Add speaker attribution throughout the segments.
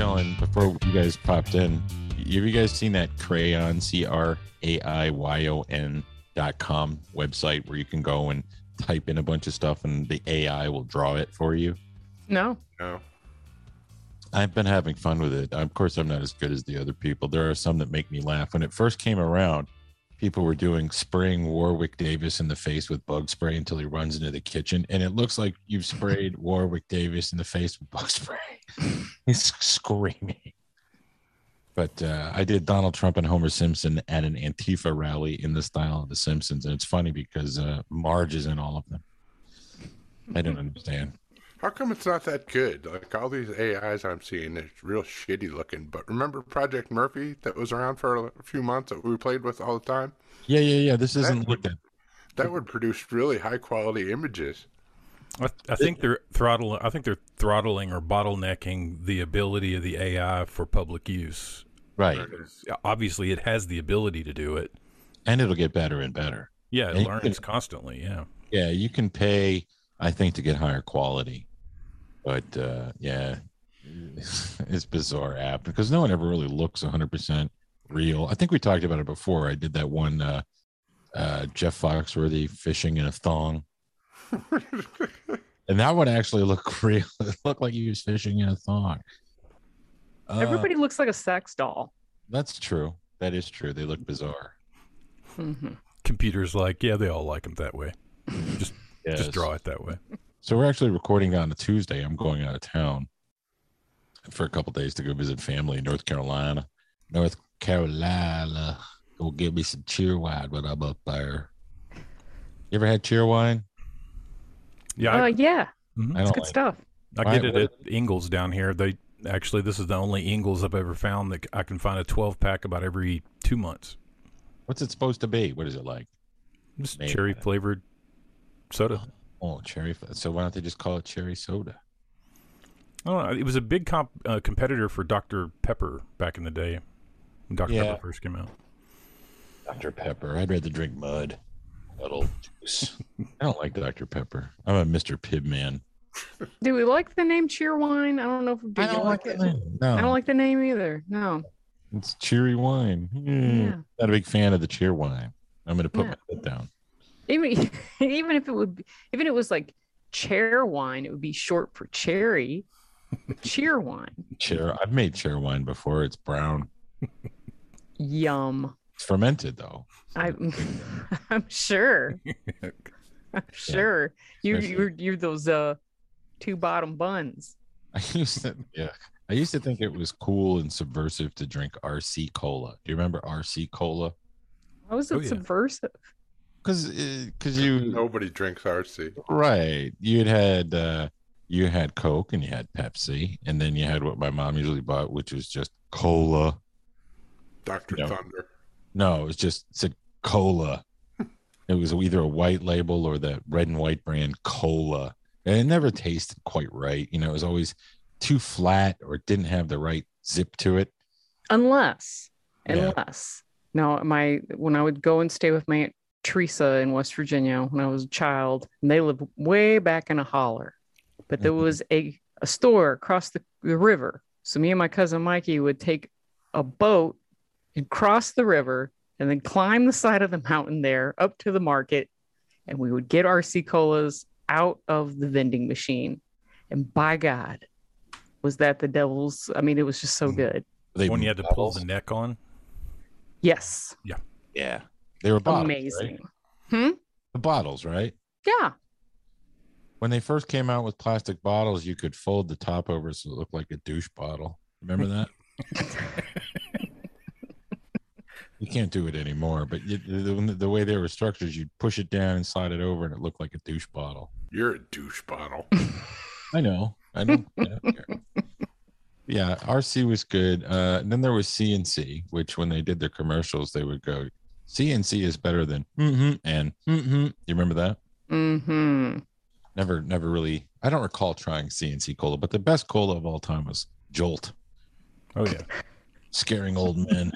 Speaker 1: before you guys popped in, have you guys seen that crayon c r a i y o n dot com website where you can go and type in a bunch of stuff and the AI will draw it for you?
Speaker 2: No.
Speaker 3: No.
Speaker 1: I've been having fun with it. Of course, I'm not as good as the other people. There are some that make me laugh. When it first came around, people were doing spraying Warwick Davis in the face with bug spray until he runs into the kitchen, and it looks like you've sprayed Warwick Davis in the face with bug spray. He's screaming. But uh, I did Donald Trump and Homer Simpson at an Antifa rally in the style of The Simpsons, and it's funny because uh, Marge is in all of them. I don't understand.
Speaker 3: How come it's not that good? Like all these AIs I'm seeing, they're real shitty looking. But remember Project Murphy that was around for a few months that we played with all the time?
Speaker 1: Yeah, yeah, yeah. This isn't
Speaker 3: That-
Speaker 1: looked at.
Speaker 3: That would produce really high quality images.
Speaker 4: I, I think they're throttling. I think they're throttling or bottlenecking the ability of the AI for public use.
Speaker 1: Right.
Speaker 4: Obviously, it has the ability to do it.
Speaker 1: And it'll get better and better.
Speaker 4: Yeah,
Speaker 1: And
Speaker 4: it
Speaker 1: you can-
Speaker 4: learns constantly. Yeah,
Speaker 1: Yeah, you can pay, I think, to get higher quality. But uh, yeah, it's bizarre app because no one ever really looks 100% real. I think we talked about it before. I did that one uh, uh, Jeff Foxworthy fishing in a thong. And that one actually looked real. It looked like he was fishing in a thong. Uh,
Speaker 2: Everybody looks like a sex doll.
Speaker 1: That's true. That is true. They look bizarre.
Speaker 2: hmm
Speaker 4: computers like yeah, they all like them that way.
Speaker 1: Yes.
Speaker 4: Just draw it that way.
Speaker 1: So we're actually recording on a Tuesday. I'm going out of town for a couple days to go visit family in North Carolina. North Carolina. Go get me some cheer wine when I'm up there. You ever had cheer wine?
Speaker 4: Yeah,
Speaker 2: Oh
Speaker 4: I,
Speaker 2: yeah,
Speaker 4: mhm.
Speaker 1: Oh, I
Speaker 2: it's
Speaker 1: don't
Speaker 2: good
Speaker 1: like
Speaker 2: stuff.
Speaker 4: I get
Speaker 1: Why-
Speaker 4: it
Speaker 1: what-
Speaker 4: at Ingles down here. They actually, this is the only Ingles I've ever found that c- I can find a twelve pack about every two months.
Speaker 1: What's it supposed to be? What is it like?
Speaker 4: Just
Speaker 1: Maybe.
Speaker 4: cherry flavored soda.
Speaker 1: Oh, cherry. f- So why don't they just call it cherry soda?
Speaker 4: I don't know. It was a big comp, uh, competitor for Dr Pepper back in the day. When Dr
Speaker 1: Yeah.
Speaker 4: Pepper first came out.
Speaker 1: Dr. Pepper. I'd rather drink mud. Puddle juice. I don't like Dr. Pepper. I'm a Mr. Pibb man.
Speaker 2: Do we like the name Cheerwine? I don't know if we do. You
Speaker 1: No.
Speaker 2: I don't like the name either. No.
Speaker 1: It's cheery wine. Hmm.
Speaker 2: Yeah.
Speaker 1: Not a big fan of the cheer wine. I'm going to put
Speaker 2: Yeah.
Speaker 1: my foot down.
Speaker 2: Even even if it would be, even if it was like chair wine, it would be short for cherry. but Cheer wine.
Speaker 1: Chair. I've made chair wine before. It's brown.
Speaker 2: Yum.
Speaker 1: It's fermented though.
Speaker 2: I I'm sure. I'm sure. You
Speaker 1: Especially-
Speaker 2: you're you're those uh two bottom buns.
Speaker 1: I used to. Yeah. I used to think it was cool and subversive to drink RC cola. Do you remember RC cola?
Speaker 2: How is it
Speaker 4: Oh, yeah.
Speaker 2: subversive?
Speaker 1: Because because uh, you
Speaker 3: Nobody drinks RC.
Speaker 1: right you had had uh, you had Coke and you had Pepsi and then you had what my mom usually bought, which was just cola.
Speaker 3: Dr.
Speaker 1: No.
Speaker 3: Thunder.
Speaker 1: No, it was just it said cola. it was either a white label or that red and white brand cola. And it never tasted quite right. You know, it was always too flat or it didn't have the right zip to it.
Speaker 2: Unless
Speaker 1: Yeah.
Speaker 2: unless now my when I would go and stay with my aunt Teresa in West Virginia when I was a child, and they lived way back in a holler. But there
Speaker 1: Mhm.
Speaker 2: was a, a store across the, the river. So me and my cousin Mikey would take a boat and cross the river and then climb the side of the mountain there up to the market. And we would get RC colas out of the vending machine. And by God, was that the devil's? I mean, it was just so good.
Speaker 1: They
Speaker 4: when you had to pull
Speaker 1: bottles.
Speaker 4: the neck on.
Speaker 2: Yes.
Speaker 1: Yeah. They were bottles. Amazing.
Speaker 2: Amazing.
Speaker 1: The bottles, right?
Speaker 2: Yeah.
Speaker 1: When they first came out with plastic bottles, you could fold the top over so it looked like a douche bottle. Remember that? you can't do it anymore, but you, the, the way they were structured, you'd push it down and slide it over, and it looked like a douche bottle.
Speaker 3: You're a douche bottle.
Speaker 1: I know. I don't. I don't care. Yeah, RC was good. Uh, and then there was CNC, which when they did their commercials, they would go, "CNC is better than mm-hmm and mm-hmm." You remember that?
Speaker 2: Mm-hmm.
Speaker 1: Never, never really. I don't recall trying CNC cola, but the best cola of all time was Jolt,
Speaker 4: Oh yeah.
Speaker 1: scaring old men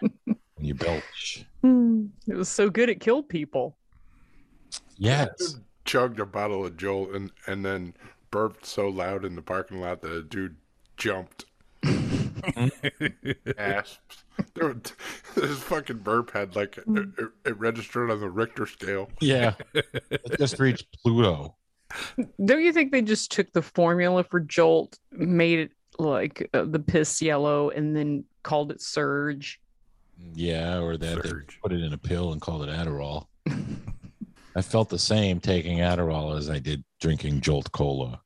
Speaker 1: when you belch.
Speaker 2: It was so good it killed people.
Speaker 1: Yes,
Speaker 3: Chugged a bottle of Jolt and, and then burped so loud in the parking lot that a dude jumped. Asps. There were- this fucking burp had like it, it, it registered on the Richter scale.
Speaker 1: Yeah. It just reached Pluto.
Speaker 2: Don't you think they just took the formula for Jolt, made it like uh, the piss yellow, and then called it Surge?
Speaker 1: Yeah, or that they
Speaker 4: Surge.
Speaker 1: put it in a pill and called it Adderall. I felt the same taking Adderall as I did drinking Jolt Cola.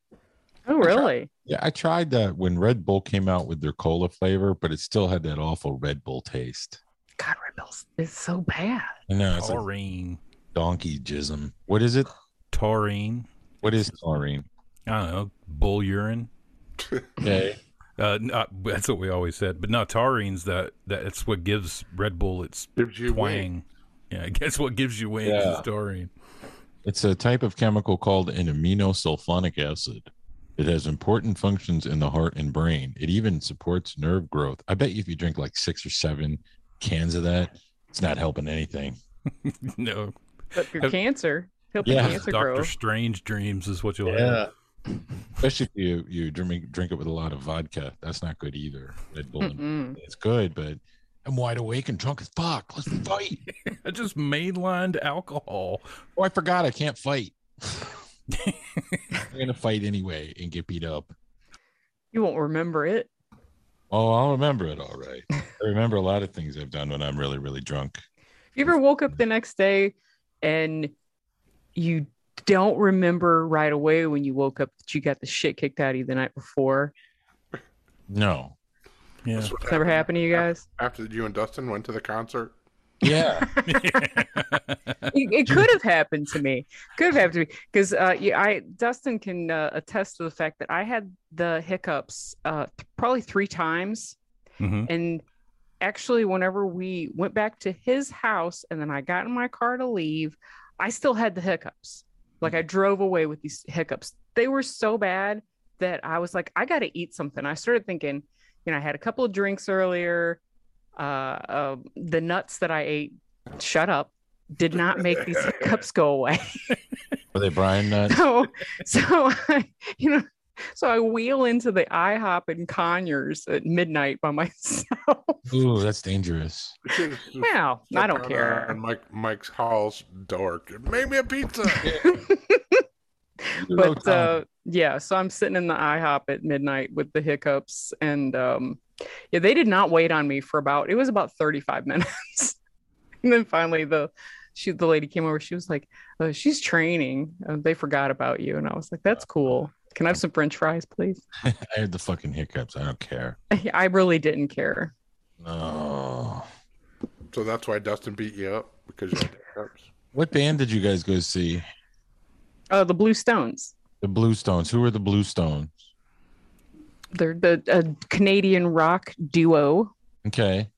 Speaker 2: Oh, really?
Speaker 1: Yeah, I tried that when Red Bull came out with their cola flavor, but it still had that awful Red Bull taste.
Speaker 2: God, Red Bull's is so bad.
Speaker 1: I know it's like
Speaker 4: taurine.
Speaker 1: donkey jism. What is it?
Speaker 4: Taurine.
Speaker 1: What is taurine?
Speaker 4: I don't know. Bull urine.
Speaker 1: Okay.
Speaker 4: Uh, not, that's what we always said. But no, taurine's that. That's what gives Red Bull its
Speaker 3: Gives you wing.
Speaker 4: twang. Yeah, guess what gives you wings
Speaker 1: Yeah.
Speaker 4: is taurine.
Speaker 1: It's a type of chemical called an aminosulfonic acid. It has important functions in the heart and brain. It even supports nerve growth. I bet you if you drink like six or seven cans of that, it's not helping anything.
Speaker 4: no,
Speaker 2: But your
Speaker 4: Have-
Speaker 2: cancer, help
Speaker 1: Yeah.
Speaker 2: your cancer
Speaker 4: Doctor
Speaker 2: grow.
Speaker 4: Strange dreams is what you'll have.
Speaker 1: Especially if you, you drink, drink it with a lot of vodka. That's not good either. Red Bull. and-
Speaker 2: Mm-mm.
Speaker 1: It's good, but I'm wide awake and drunk as fuck. Let's fight.
Speaker 4: I just mainlined alcohol.
Speaker 1: Oh, I forgot I can't fight. I'm gonna fight anyway and get beat up.
Speaker 2: You won't remember it.
Speaker 1: Oh, I'll remember it all right. I remember a lot of things I've done when I'm really, really drunk.
Speaker 2: If you ever woke up the next day and you don't remember right away when you woke up that you got the shit kicked out of you the night before,
Speaker 1: No.
Speaker 4: Yeah.
Speaker 3: That's what
Speaker 2: it's never happened to you guys.
Speaker 3: After you and Dustin went to the concert,
Speaker 1: Yeah.
Speaker 4: Mm-hmm.
Speaker 2: it, it could have happened to me. Could have happened to me because uh, yeah, I Dustin can uh, attest to the fact that I had the hiccups uh, probably three times,
Speaker 4: Mhm.
Speaker 2: and actually, whenever we went back to his house and then I got in my car to leave, I still had the hiccups. Like I drove away with these hiccups. They were so bad that I was like, I got to eat something. I started thinking, you know, I had a couple of drinks earlier. Uh, uh, the nuts that I ate, shut up, did not make these hiccups go away.
Speaker 1: Were they Brian nuts?
Speaker 2: So, so I, you know, so I wheel into the IHOP and Conyers at midnight by myself.
Speaker 1: Ooh, that's dangerous.
Speaker 3: You should've just
Speaker 2: Now, I
Speaker 3: stepped
Speaker 2: don't
Speaker 3: on,
Speaker 2: care.
Speaker 3: uh, Mike Mike's Hall's door. Make me a pizza.
Speaker 2: but
Speaker 1: "Oh,
Speaker 2: uh, yeah, so I'm sitting in the IHOP at midnight with the hiccups, and um, yeah, they did not wait on me for about it was about 35 minutes, and then finally the she the lady came over. She was like, uh, "She's training. Uh, they forgot about you," and I was like, "That's cool. Can I have some French fries, please?"
Speaker 1: I had the fucking hiccups. I don't care.
Speaker 2: I really didn't care.
Speaker 1: No.
Speaker 3: so that's why Dustin beat you up because you had hiccups.
Speaker 1: What band did you guys go see?
Speaker 2: Uh, the Blue Stones.
Speaker 1: The Blue Stones. Who were the Blue Stones?
Speaker 2: They're the a Canadian rock duo.
Speaker 1: Okay.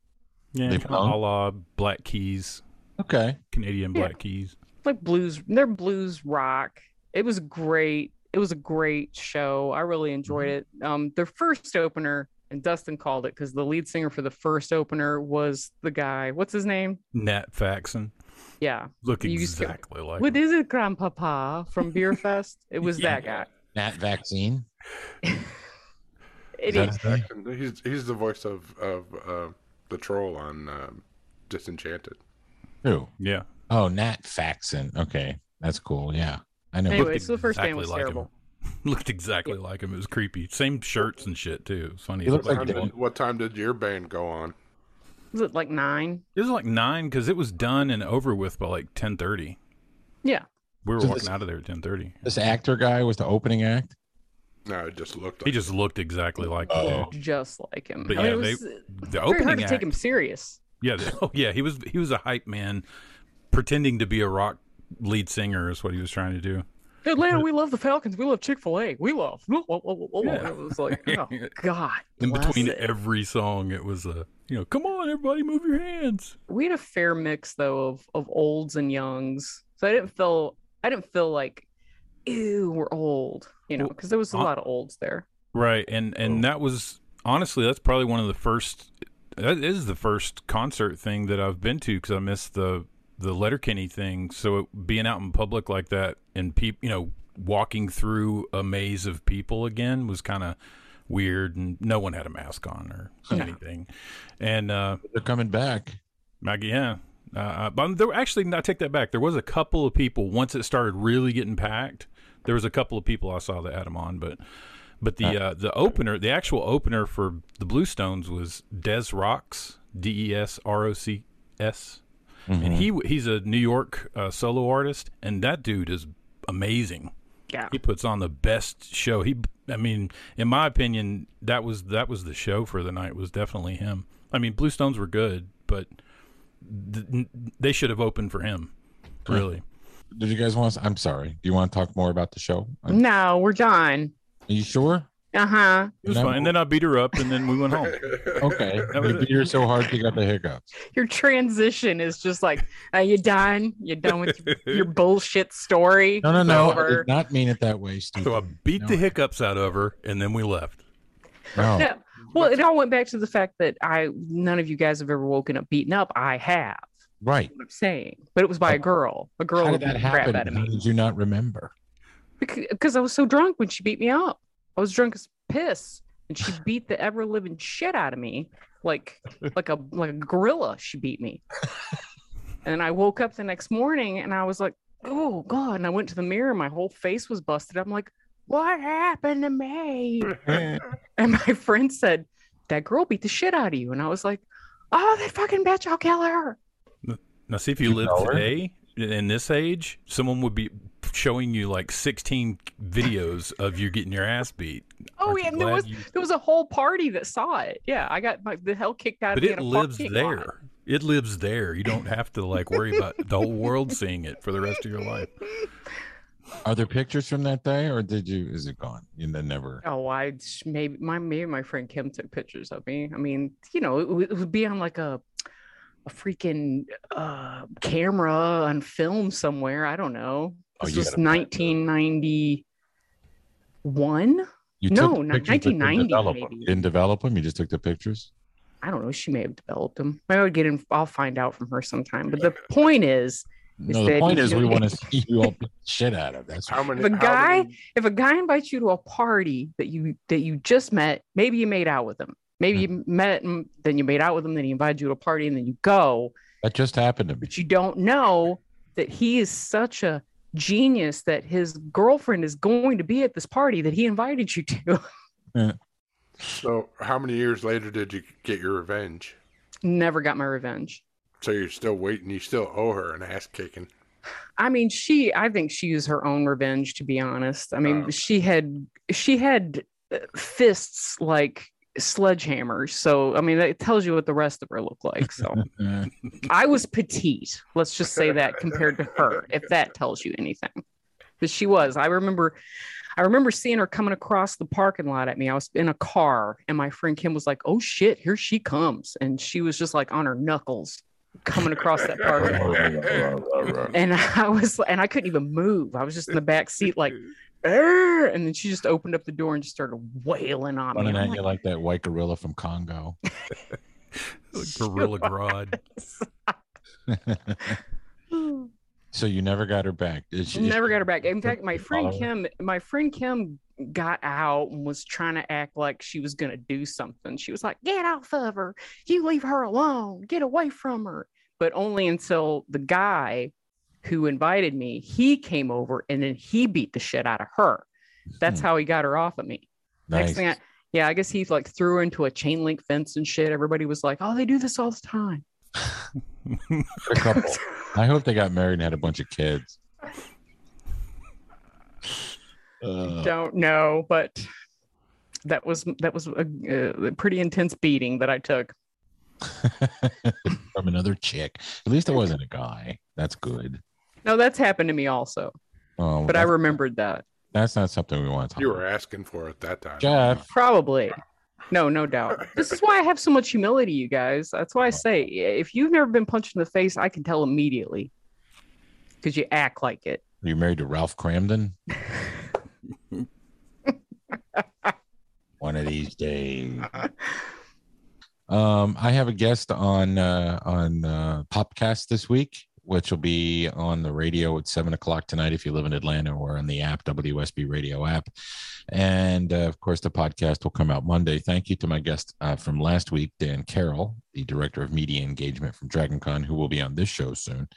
Speaker 4: Yeah,
Speaker 1: They
Speaker 4: kind of
Speaker 1: belong?
Speaker 4: a la Black Keys,
Speaker 1: Okay.
Speaker 4: Canadian
Speaker 2: Yeah.
Speaker 4: Black Keys.
Speaker 2: like blues they're blues rock it was great it was a great show i really enjoyed
Speaker 4: Mm-hmm.
Speaker 2: it um their first opener and dustin called it because the lead singer for the first opener was the guy what's his name
Speaker 4: Nat Faxon.
Speaker 2: yeah
Speaker 4: Look
Speaker 2: You used to-
Speaker 4: exactly like
Speaker 2: what
Speaker 4: him.
Speaker 2: is it grandpapa from beer fest it was that
Speaker 4: Yeah.
Speaker 2: guy
Speaker 1: Nat Vaccine.
Speaker 2: it
Speaker 1: Is that
Speaker 2: is
Speaker 1: his name?
Speaker 3: And He's he's the voice of of uh, the troll on um, Disenchanted.
Speaker 1: Who?
Speaker 4: Yeah.
Speaker 1: Oh, Nat Faxon. Okay. That's cool. Yeah. I know.
Speaker 2: Anyway, so the first band
Speaker 4: exactly
Speaker 2: was
Speaker 4: like
Speaker 2: terrible.
Speaker 4: Him. Looked exactly like him. It was creepy. Same shirts and shit too. It's funny.
Speaker 1: He
Speaker 4: It
Speaker 1: looks
Speaker 4: was
Speaker 1: like
Speaker 3: Time
Speaker 1: Dylan.
Speaker 3: did- what time did your band go on?
Speaker 2: was it like nine
Speaker 4: it was like nine because it was done and over with by like ten thirty.
Speaker 2: yeah
Speaker 4: We were
Speaker 1: So
Speaker 4: walking
Speaker 1: this-
Speaker 4: out of there at ten thirty.
Speaker 1: This actor guy was the opening act.
Speaker 3: No, it just looked.
Speaker 4: He
Speaker 3: Like,
Speaker 4: just looked exactly like
Speaker 1: Oh.
Speaker 4: him.
Speaker 2: just like him
Speaker 4: But
Speaker 2: I mean,
Speaker 4: yeah,
Speaker 2: it was
Speaker 4: they-
Speaker 2: uh,
Speaker 4: the
Speaker 2: very hard
Speaker 4: opening
Speaker 2: to
Speaker 4: act.
Speaker 2: take him serious
Speaker 4: Yeah, the- oh, yeah. He was he was a hype man, pretending to be a rock lead singer is what he was trying to do.
Speaker 2: Atlanta, we love the Falcons. We love Chick Fil A. We love. Whoa, whoa, whoa, whoa, whoa.
Speaker 4: Yeah.
Speaker 2: It was like, oh God.
Speaker 4: In
Speaker 2: bless
Speaker 4: between
Speaker 2: it.
Speaker 4: every song, it was a you know, come on, everybody, move your hands.
Speaker 2: we had a fair mix though of of olds and youngs, so I didn't feel I didn't feel like, ew, we're old, you know, because there was a
Speaker 4: Well,
Speaker 2: lot of olds there.
Speaker 4: Right, and and
Speaker 3: Oh.
Speaker 4: that was honestly that's probably one of the first. That is the first concert thing that I've been to because I missed the the Letterkenny thing. So it, being out in public like that and peop, you know, walking through a maze of people again was kind of weird and no one had a mask on or
Speaker 2: Yeah.
Speaker 4: anything. And uh,
Speaker 1: They're coming back.
Speaker 4: Maggie, yeah. Uh, but there were- actually, no, I take that back. There was a couple of people once it started really getting packed. There was a couple of people I saw that had them on, but but the uh, the opener, the actual opener for the Bluestones was Des Rocks, D E S R O C S,
Speaker 1: Mm-hmm.
Speaker 4: and he w- he's a New York uh, solo artist, and that dude is amazing.
Speaker 2: Yeah.
Speaker 4: He puts on the best show. He, I mean, in my opinion, that was that was the show for the night. Was definitely him. I mean, Bluestones were good, but th- n- they should have opened for him. Really,
Speaker 1: Did you guys want? To, I'm sorry. Do you want to talk more about the show? Are
Speaker 2: No, we're done.
Speaker 1: you sure?
Speaker 2: Uh huh.
Speaker 4: it was
Speaker 1: No.
Speaker 4: fine. And then I beat her up, and then we went home.
Speaker 1: Okay.
Speaker 4: That was
Speaker 1: You
Speaker 4: it.
Speaker 1: beat her so hard she got the hiccups.
Speaker 2: Your transition is just like, are you done? You done with your, your bullshit story?
Speaker 1: No, no,
Speaker 2: It's
Speaker 1: no. I
Speaker 2: over.
Speaker 1: did not mean it that way, Steve.
Speaker 4: So I beat the hiccups out of her, and then we left.
Speaker 1: No.
Speaker 2: No. Well, it all went back to the fact that I none of you guys have ever woken up beaten up. I have.
Speaker 1: Right.
Speaker 2: What I'm saying, but it was by a girl. A girl
Speaker 1: How
Speaker 2: who
Speaker 1: did that
Speaker 2: beat the crap
Speaker 1: happen?
Speaker 2: out of
Speaker 1: How
Speaker 2: me
Speaker 1: did you not remember?
Speaker 2: because I was so drunk when she beat me up. I was drunk as piss, and she beat the ever living shit out of me, like like a like a gorilla. She beat me, and I woke up the next morning, and I was like, oh god! And I went to the mirror, my whole face was busted. I'm like, what happened to me? And my friend said, that girl beat the shit out of you, and I was like, oh, that fucking bitch! I'll kill her.
Speaker 4: Now, see if you,
Speaker 1: You
Speaker 4: live
Speaker 1: know her?
Speaker 4: today in this age, someone would be showing you like 16 videos of you getting your ass beat.
Speaker 2: Oh,
Speaker 4: Aren't you
Speaker 2: yeah, and there
Speaker 4: glad
Speaker 2: was
Speaker 4: you-
Speaker 2: there was a whole party that saw it. Yeah, I got my, the hell kicked out
Speaker 4: but
Speaker 2: of me.
Speaker 4: it
Speaker 2: in a
Speaker 4: lives
Speaker 2: parking
Speaker 4: there.
Speaker 2: lot.
Speaker 4: It lives there. You don't have to like worry about the whole world seeing it for the rest of your life.
Speaker 1: Are there pictures from that day, or did you? Is it gone? You then never.
Speaker 2: Oh, I sh- maybe my maybe my friend Kim took pictures of me. I mean, you know, it, would- it would be on like a a freaking uh, camera on film somewhere. I don't know.
Speaker 1: Oh,
Speaker 2: This
Speaker 1: you
Speaker 2: was
Speaker 1: gotta find that.
Speaker 2: 1991.
Speaker 1: You
Speaker 2: No,
Speaker 1: the
Speaker 2: not
Speaker 1: pictures, but didn't
Speaker 2: 1990
Speaker 1: develop 'em.
Speaker 2: maybe.
Speaker 1: You Didn't develop them. You just took the pictures.
Speaker 2: I don't know. She may have developed them. I would get in. I'll find out from her sometime. But the point is,
Speaker 1: No,
Speaker 2: that
Speaker 1: the point
Speaker 2: you
Speaker 1: is,
Speaker 2: do
Speaker 1: we
Speaker 2: it.
Speaker 1: want to see you all beat the shit out of. That's
Speaker 3: How many?
Speaker 2: The
Speaker 3: how
Speaker 2: guy-
Speaker 3: many-
Speaker 2: if a guy invites you to a party that you that you just met, maybe you made out with him, maybe
Speaker 1: Hmm.
Speaker 2: you met, and then you made out with him, then he invited you to a party, and then you go,
Speaker 1: that just happened to me.
Speaker 2: but you don't know that he is such a genius that his girlfriend is going to be at this party that he invited you to.
Speaker 3: so how many years later did you get your revenge?
Speaker 2: Never got my revenge.
Speaker 3: So you're still waiting. You still owe her an ass kicking.
Speaker 2: I mean, she. I think she used her own revenge. To be honest, I mean,
Speaker 3: Oh.
Speaker 2: she had she had uh, fists like sledgehammers. So I mean, that tells you what the rest of her looked like. So.
Speaker 1: Uh,
Speaker 2: I was petite. Let's just say that compared to her, if that tells you anything. But she was. I remember I remember seeing her coming across the parking lot at me. I was in a car and my friend Kim was like, "Oh shit, here she comes." And she was just like on her knuckles coming across that parking lot. And I was and I couldn't even move. I was just in the back seat like "Arr!" and then she just opened up the door and just started wailing on me.
Speaker 1: running
Speaker 2: I'm
Speaker 1: at you like that white gorilla from Congo.
Speaker 4: Like Gorilla Grodd.
Speaker 2: like,
Speaker 1: so you never got her back. Is she- is
Speaker 2: Never
Speaker 1: she-
Speaker 2: got her back. In fact, my
Speaker 1: you
Speaker 2: friend
Speaker 1: follow her?
Speaker 2: Kim, my friend Kim got out and was trying to act like she was gonna do something. She was like, "Get off of her! You leave her alone! Get away from her!" But only until the guy who invited me he came over and then he beat the shit out of her. That's
Speaker 1: Hmm,
Speaker 2: how he got her off of me. Next
Speaker 1: nice.
Speaker 2: thing, I, yeah, I guess he like threw her into a chain link fence and shit. Everybody was like, "Oh, they do this all the time."
Speaker 1: They're a couple. I hope they got married and had a bunch of kids. Uh,
Speaker 2: don't know, but that was that was a, a pretty intense beating that I took.
Speaker 1: from another chick. At least it wasn't a guy. That's good.
Speaker 2: No, that's happened to me also,
Speaker 1: Oh,
Speaker 2: but I
Speaker 1: that's-
Speaker 2: remembered that
Speaker 1: that's not something we want to talk.
Speaker 3: You were
Speaker 1: about.
Speaker 3: asking for it that time.
Speaker 1: Jeff.
Speaker 2: probably. No, no doubt. This is why I have so much humility, you guys. That's
Speaker 1: Oh.
Speaker 2: why I say if you've never been punched in the face, I can tell immediately because you act like it.
Speaker 1: Are you married to Ralph Cramden? One of these days. Um, I have a guest on uh, on uh, Popcast this week. which will be on the radio at seven o'clock tonight if you live in Atlanta or on the app, WSB Radio app. And uh, of course, the podcast will come out Monday. Thank you to my guest uh, from last week, Dan Carroll, the director of media engagement from DragonCon, who will be on this show soon.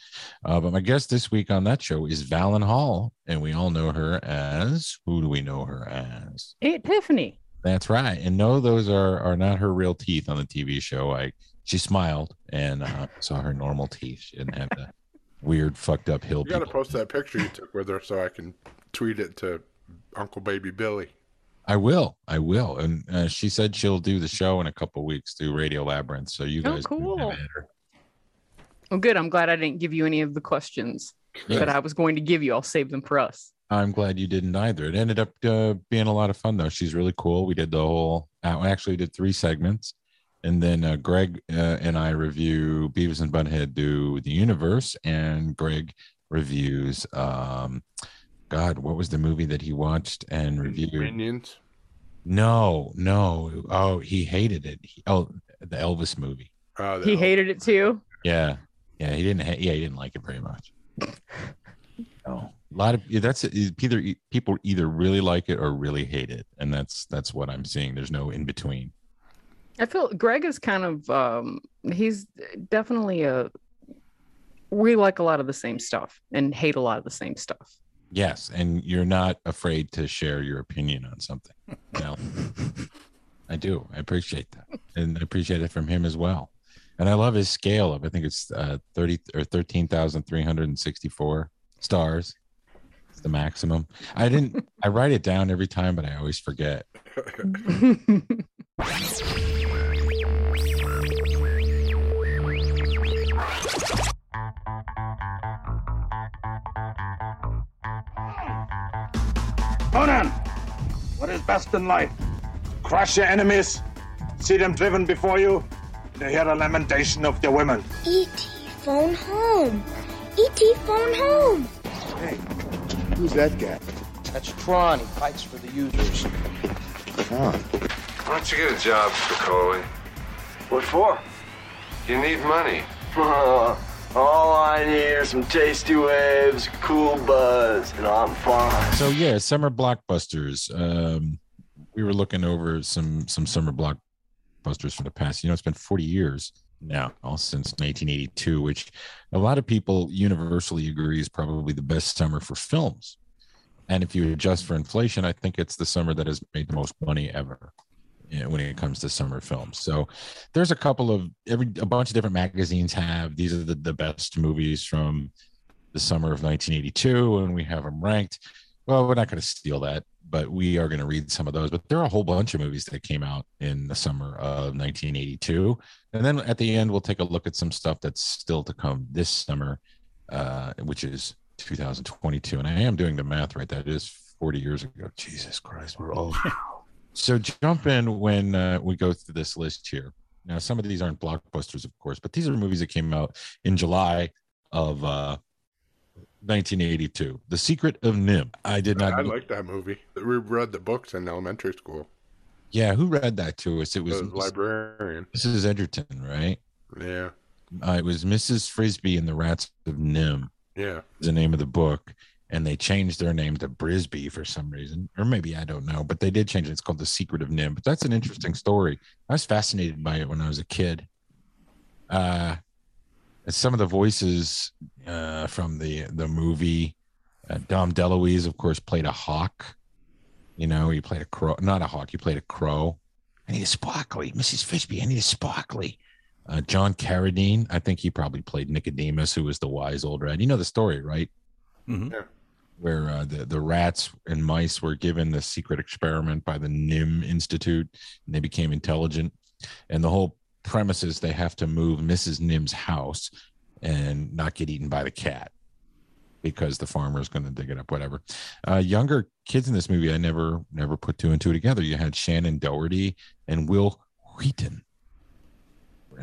Speaker 1: Uh, but my guest this week on that show is Valen Hall, and we all know her as who do we know her as?
Speaker 2: Aunt Tiffany.
Speaker 1: That's right. And no, those are are not her real teeth on the TV show. I she smiled and uh, saw her normal teeth. She didn't have the weird fucked up hill.
Speaker 3: You got to
Speaker 1: people.
Speaker 3: post that picture you took with her so I can tweet it to Uncle Baby Billy.
Speaker 1: I will. I will. And uh, she said she'll do the show in a couple weeks through Radio Labyrinth. So you
Speaker 2: Oh,
Speaker 1: guys can have
Speaker 2: cool.
Speaker 1: at her.
Speaker 2: Well, good. I'm glad I didn't give you any of the questions that I was going to give you. I'll save them for us.
Speaker 1: I'm glad you didn't either. It ended up uh, being a lot of fun though. She's really cool. We did the whole. Uh, we actually did three segments, and then uh, Greg uh, and I review Beavis and Butthead do the universe, and Greg reviews. Um, God, what was the movie that he watched and reviewed?
Speaker 3: Minions.
Speaker 1: No, no. Oh, he hated it. He, oh, the Elvis movie.
Speaker 3: Uh,
Speaker 2: he
Speaker 3: the-
Speaker 2: hated it too.
Speaker 1: Yeah, yeah. He didn't. Ha- yeah, he didn't like it very much. No, a lot of yeah, that's it. either e, people either really like it or really hate it, and that's that's what I'm seeing. There's no in between.
Speaker 2: I feel Greg is kind of um he's definitely a we like a lot of the same stuff and hate a lot of the same stuff.
Speaker 1: Yes, and you're not afraid to share your opinion on something. No, I do. I appreciate that, and I appreciate it from him as well. And I love his scale of I think it's uh, thirty or thirteen thousand three hundred and sixty-four stars. It's the maximum. I didn't. I write it down every time, but I always forget.
Speaker 5: Conan, what is best in life? Crush your enemies, see them driven before you, and to hear the lamentation of their women.
Speaker 6: E.T. E phone home. E.T. phone home.
Speaker 7: That's Tron. He fights for the users.
Speaker 8: Why don't you get a job, Spicoli? What for? You need money.
Speaker 7: All I need are some tasty waves, cool buzz, and I'm fine.
Speaker 1: So yeah, summer blockbusters. Um, we were looking over some some summer blockbusters from the past. You know, it's been 40 years now all since 1982, which a lot of people universally agree is probably the best summer for films. And if you adjust for inflation, I think it's the summer that has made the most money ever you know, when it comes to summer films. So there's a couple of every a bunch of different magazines have these are the, the best movies from the summer of 1982, and we have them ranked. Well, we're not going to steal that, but we are going to read some of those. But there are a whole bunch of movies that came out in the summer of 1982. And then at the end, we'll take a look at some stuff that's still to come this summer, uh, which is 2022. And I am doing the math right. That is 40 years ago. Jesus Christ, we're old. so jump in when uh, we go through this list here. Now, some of these aren't blockbusters, of course, but these are movies that came out in July of uh, 1982. The Secret of Nim. I did not.
Speaker 3: I like that movie. We read the books in elementary school.
Speaker 1: Yeah, who read that to us? It was
Speaker 3: The librarian.
Speaker 1: Mrs. Edgerton, right?
Speaker 3: Yeah.
Speaker 1: Uh, it was Mrs. Frisbee and the Rats of Nim,
Speaker 3: Yeah.
Speaker 1: is the name of the book, and they changed their name to Brisby for some reason, or maybe I don't know, but they did change it. It's called The Secret of Nim. But that's an interesting story. I was fascinated by it when I was a kid. Uh, some of the voices uh, from the the movie, uh, Dom DeLuise, of course, played a hawk. You know, he played a crow, not a hawk. He played a crow. I need a sparkly, Mrs. Frisbee. I need a sparkly. Uh, John Carradine, I think he probably played Nicodemus, who was the wise old rat. You know the story, right?
Speaker 4: Mhm.
Speaker 3: Yeah.
Speaker 1: Where uh, the the rats and mice were given the secret experiment by the Nim Institute, and they became intelligent. And the whole premise is they have to move Mrs. Nim's house and not get eaten by the cat because the farmer is going to dig it up. Whatever. Uh, younger kids in this movie, I never never put two and two together. You had Shannon Doherty and Will Wheaton.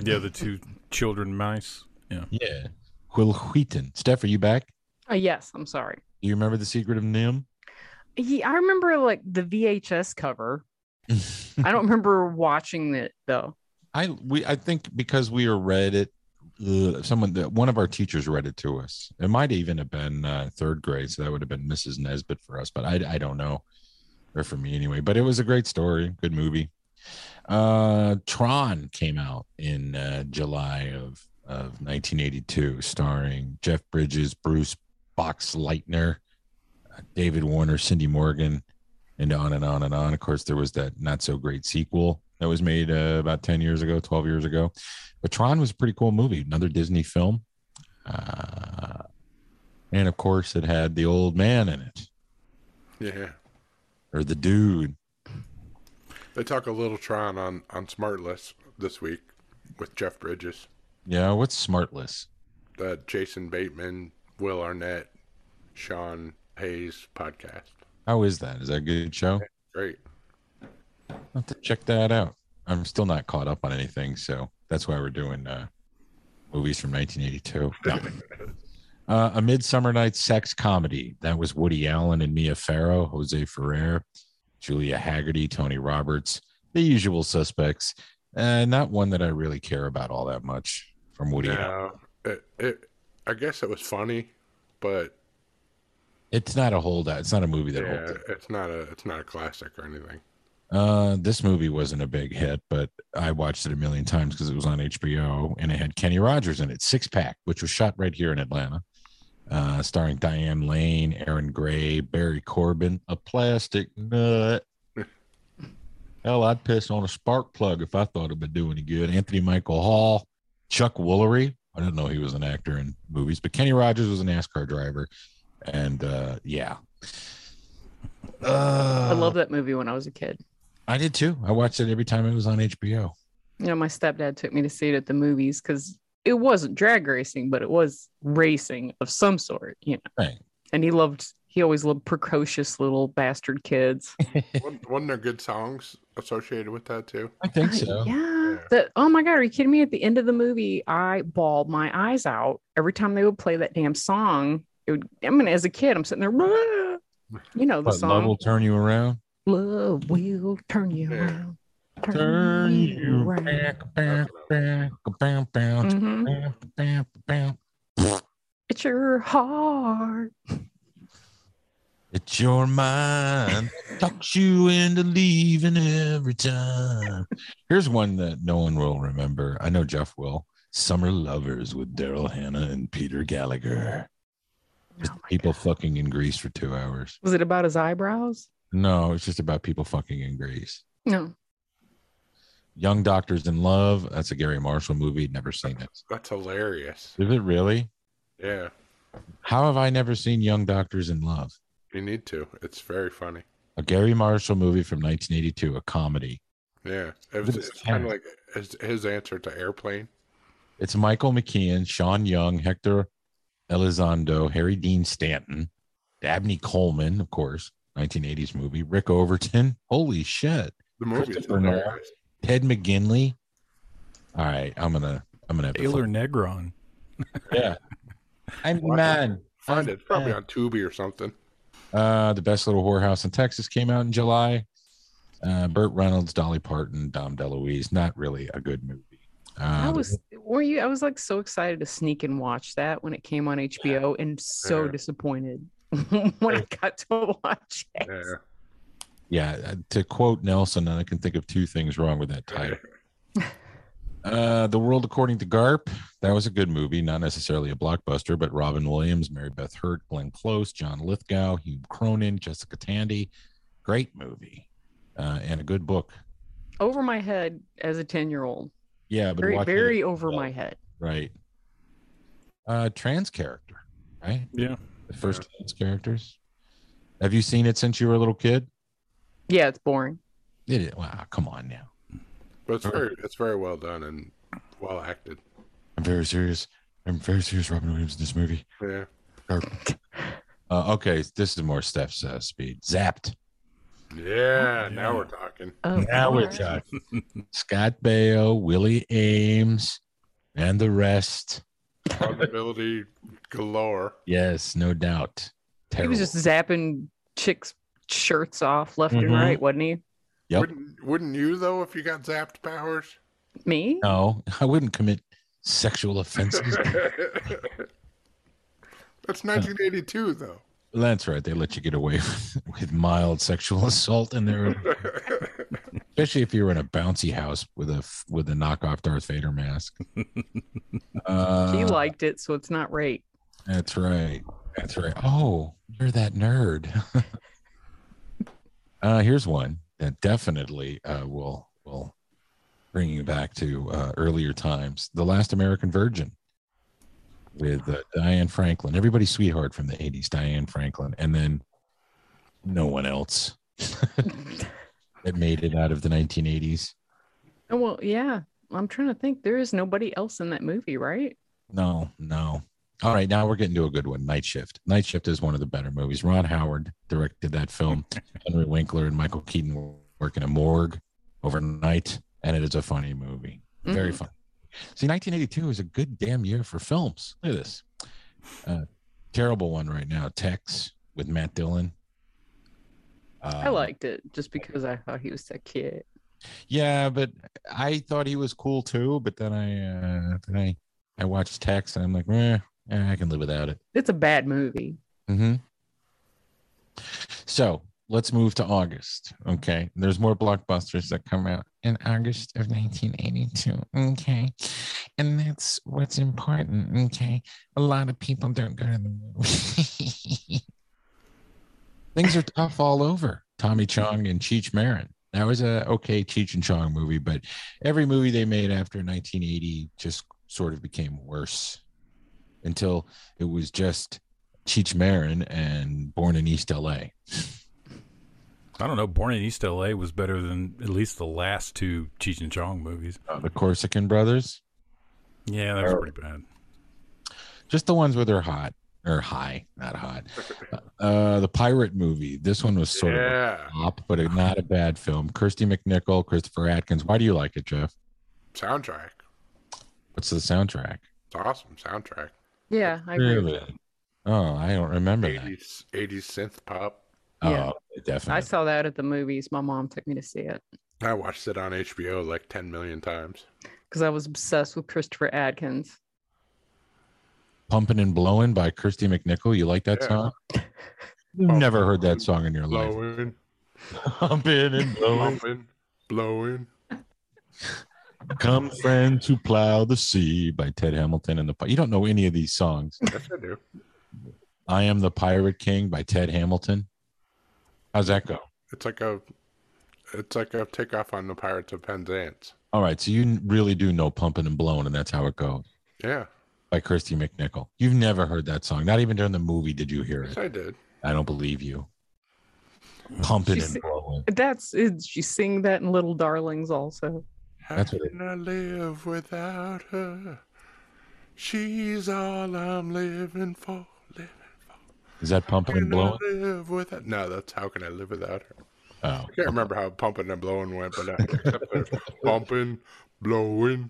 Speaker 4: Yeah, the two children mice. Yeah.
Speaker 1: Yeah. Will Wheaton. Steph, are you back?
Speaker 2: Uh, yes, I'm sorry.
Speaker 1: Do you remember the secret of Nim?
Speaker 2: He, I remember like the VHS cover. I don't remember watching it though.
Speaker 1: I we I think because we are read it ugh, uh, someone that one of our teachers read it to us. It might even have been uh, third grade, so that would have been Mrs. Nesbitt for us, but I I don't know, or for me anyway. But it was a great story, good movie. Uh, Tron came out in uh, July of of 1982, starring Jeff Bridges, Bruce Boxleitner, uh, David Warner, Cindy Morgan, and on and on and on. Of course, there was that not so great sequel that was made uh, about 10 years ago, 12 years ago. But Tron was a pretty cool movie, another Disney film. Uh, and of course, it had the old man in it,
Speaker 3: Yeah.
Speaker 1: or the dude.
Speaker 3: They talk a little Tron on, on Smartless this week with Jeff Bridges,
Speaker 1: Yeah, what's smartless?
Speaker 3: uh, Jason Bateman, Will Arnett, Sean Hayes podcast.
Speaker 1: How is that? Is that a good show?
Speaker 3: Great.
Speaker 1: I'll have to check that out. I'm still not caught up on anything, so that's why we're doing uh, movies from 1982. No. uh, a Midsummer Night's Sex Comedy. That was Woody Allen and Mia Farrow, Jose Ferrer, Julia Haggerty, Tony Roberts, the usual suspects. Uh, not one that I really care about all that much from Woody Allen.
Speaker 3: Now, it, it, I guess it was funny, but
Speaker 1: It's not a holdout. It's not a movie that holds
Speaker 3: yeah, it's not a it's not a classic or anything.
Speaker 1: Uh, this movie wasn't a big hit, but I watched it a million times because it was on HBO and it had Kenny Rogers in it, Six Pack, which was shot right here in Atlanta, uh, starring Diane Lane, Aaron Gray, Barry Corbin, a plastic nut. Hell, I'd piss on a spark plug if I thought it'd been doing any good. Anthony Michael Hall, Chuck Woolery. I didn't know he was an actor in movies, but Kenny Rogers was a NASCAR driver, and uh, yeah. Uh,
Speaker 2: I love that movie when I was a kid.
Speaker 1: I did too. I watched it every time it was on HBO.
Speaker 2: You know, my stepdad took me to see it at the movies because it wasn't drag racing, but it was racing of some sort, you know.
Speaker 1: Right.
Speaker 2: And he loved, he always loved precocious little bastard kids.
Speaker 3: Wasn't, wasn't there good songs associated with that too?
Speaker 1: I think so.
Speaker 2: Yeah.
Speaker 3: Yeah.
Speaker 2: That, oh my God, are you kidding me? At the end of the movie, I bawled my eyes out every time they would play that damn song. It would, I mean, as a kid, I'm sitting there, "Wah." you know, the
Speaker 1: But
Speaker 2: song.
Speaker 1: love will turn you around.
Speaker 2: Love will turn you
Speaker 3: Yeah.
Speaker 2: around.
Speaker 1: Turn you
Speaker 2: around.
Speaker 1: back, back, back, bam, bam,
Speaker 2: Mhm.
Speaker 1: bam, bam, bam.
Speaker 2: It's your heart.
Speaker 1: It's your mind talks you into leaving every time. Here's one that no one will remember. I know Jeff will. Summer Lovers with Daryl Hannah and Peter Gallagher. Just
Speaker 2: Oh my
Speaker 1: people
Speaker 2: God.
Speaker 1: fucking in Greece for two hours.
Speaker 2: Was it about his eyebrows?
Speaker 1: No, it's just about people fucking in Greece.
Speaker 2: No.
Speaker 1: Young Doctors in Love. That's a Gary Marshall movie. Never seen it.
Speaker 3: That's hilarious.
Speaker 1: Is it really?
Speaker 3: Yeah,
Speaker 1: How have I never seen Young Doctors in Love?
Speaker 3: you need to. It's very funny.
Speaker 1: A Gary Marshall movie from 1982, a comedy.
Speaker 3: Yeah, it
Speaker 1: Look
Speaker 3: was,
Speaker 1: at his hair.
Speaker 3: kind of like his, his answer to Airplane.
Speaker 1: It's Michael McKean, Sean Young, Hector Elizondo, Harry Dean Stanton, Dabney Coleman, of course, 1980s movie, Rick Overton. Holy shit.
Speaker 3: The movie is
Speaker 1: Christopher Nolan.
Speaker 3: hilarious.
Speaker 1: Ted McGinley. All right, I'm gonna I'm gonna have to
Speaker 4: Taylor Negron.
Speaker 1: find- Yeah. I'm
Speaker 3: Why?
Speaker 1: man.
Speaker 3: Find it probably on Tubi or something.
Speaker 1: Uh, the Best Little Whorehouse in Texas came out in July. Uh, Burt Reynolds, Dolly Parton, Dom DeLuise. Not really a good movie. Uh,
Speaker 2: I was were you I was like so excited to sneak and watch that when it came on HBO and so
Speaker 3: Yeah.
Speaker 2: disappointed when I got to watch it.
Speaker 3: Yeah,
Speaker 1: yeah. uh, To quote Nelson, I can think of two things wrong with that title. Uh, the World According to Garp. That was a good movie, not necessarily a blockbuster, but Robin Williams, Mary Beth Hurt, Glenn Close, John Lithgow, Hugh Cronin, Jessica Tandy. Great movie, uh, and a good book.
Speaker 2: Over my head as a 10 year old.
Speaker 1: Yeah, but
Speaker 2: Very,
Speaker 1: watching it- Oh.
Speaker 2: very over
Speaker 1: Yeah.
Speaker 2: my head.
Speaker 1: right. Uh, trans character, right?
Speaker 4: Yeah.
Speaker 1: The first trans characters. Have you seen it since you were a little kid?
Speaker 2: Yeah, it's boring.
Speaker 1: It is. Wow, come on now.
Speaker 3: but it's very it's very well done and well acted.
Speaker 1: I'm very serious. I'm very serious, Robin Williams, in this movie.
Speaker 3: Yeah,
Speaker 1: Uh, okay, this is more Steph's uh, speed. Zapped.
Speaker 3: yeah.
Speaker 1: Oh,
Speaker 3: Now we're talking.
Speaker 2: Of
Speaker 1: Now we're
Speaker 2: course.
Speaker 1: talking. Scott Baio, Willie Ames, and the rest.
Speaker 3: Vulnerability galore.
Speaker 1: Yes, no doubt.
Speaker 2: He
Speaker 1: Terrible.
Speaker 2: was just zapping chicks' shirts off left and
Speaker 1: Mhm.
Speaker 2: right, wasn't he?
Speaker 1: Yep.
Speaker 3: Wouldn't wouldn't you though if you got zapped powers?
Speaker 2: Me?
Speaker 1: No, I wouldn't commit sexual offenses.
Speaker 3: That's 1982, though.
Speaker 1: That's right. They let you get away with mild sexual assault in there, especially if you were in a bouncy house with a with a knockoff Darth Vader mask. Uh,
Speaker 2: he liked it, so it's not rape.
Speaker 1: That's right. That's right. Oh, you're that nerd. uh, here's one that definitely uh, will will bring you back to uh, earlier times. The Last American Virgin with uh, Diane Franklin, everybody's sweetheart from the '80s, Diane Franklin, and then no one else that made it out of the 1980s.
Speaker 2: Oh, well, yeah. I'm trying to think. There is nobody else in that movie, right?
Speaker 1: No, no. All right, now we're getting to a good one. Night Shift. Night Shift is one of the better movies. Ron Howard directed that film. Henry Winkler and Michael Keaton work in a morgue overnight, and it is a funny movie. Very
Speaker 2: Mhm.
Speaker 1: fun. See, 1982 is a good damn year for films. Look at this. Uh, terrible one right now. Tex with Matt Dillon.
Speaker 2: I
Speaker 1: Um,
Speaker 2: liked it just because I thought he was that kid.
Speaker 1: yeah, but I thought he was cool too. But then I, uh, then I, I watched Tex, and I'm like, eh, eh, I can live without it.
Speaker 2: It's a bad movie.
Speaker 1: Mm-hmm. So let's move to August. Okay. There's more blockbusters that come out in August of 1982. Okay. And that's what's important. Okay. A lot of people don't go to the movie. Things are tough all over. Tommy Chong and Cheech Marin. That was a okay Cheech and Chong movie, but every movie they made after 1980 just sort of became worse until it was just Cheech Marin and Born in East LA.
Speaker 4: I don't know. Born in East L.A. was better than at least the last two Cheech and Chong movies.
Speaker 3: Oh.
Speaker 1: Uh, the Corsican brothers,
Speaker 4: Yeah, that was pretty bad.
Speaker 1: just the ones where they're hot or high, not hot. Uh, the pirate movie. This one was sort of
Speaker 3: yeah.
Speaker 1: a flop, but a, not a bad film. Kirsty McNichol, Christopher Atkins. Why do you like it, Jeff?
Speaker 3: Soundtrack.
Speaker 1: What's the soundtrack?
Speaker 3: It's awesome soundtrack.
Speaker 2: Yeah, I agree. with that.
Speaker 1: Oh, I don't remember that.
Speaker 3: 80s, 80s synth pop.
Speaker 2: Yeah.
Speaker 1: Oh,
Speaker 2: I
Speaker 1: definitely.
Speaker 2: saw that at the movies. My mom took me to see it
Speaker 3: I watched it on HBO like 10 million times.
Speaker 2: because I was obsessed with Christopher Adkins.
Speaker 1: Pumping and Blowing by Kirsty McNichol. You like that
Speaker 3: Yeah.
Speaker 1: song? Never heard that song in your life.
Speaker 3: Blowing,
Speaker 1: Pumping and blowing.
Speaker 3: blowing, blowing.
Speaker 1: Come friends who plow the sea by Ted Hamilton and the Pi- you don't know any of these songs.
Speaker 3: Yes, I do.
Speaker 1: I am the Pirate King by Ted Hamilton. How's that go?
Speaker 3: It's like a, it's like a takeoff on the Pirates of Penzance.
Speaker 1: All right, so you really do know "Pumping and Blowing," and that's how it goes
Speaker 3: Yeah,
Speaker 1: by Kirsty McNichol. You've never heard that song, not even during the movie. Did you hear
Speaker 3: yes,
Speaker 1: it?
Speaker 3: I did.
Speaker 1: I don't believe you. Pumping
Speaker 2: She's-
Speaker 1: and blowing.
Speaker 2: That's it. She sang that in Little Darlings also.
Speaker 3: How
Speaker 1: That's what it-
Speaker 3: can I live without her? She's all I'm living for. Living
Speaker 1: Is that pumping and
Speaker 3: can I
Speaker 1: blowing?
Speaker 3: live without? No, that's how can I live without her?
Speaker 1: Oh,
Speaker 3: I can't remember how pumping and blowing went, but uh, I accepted pumping, blowing.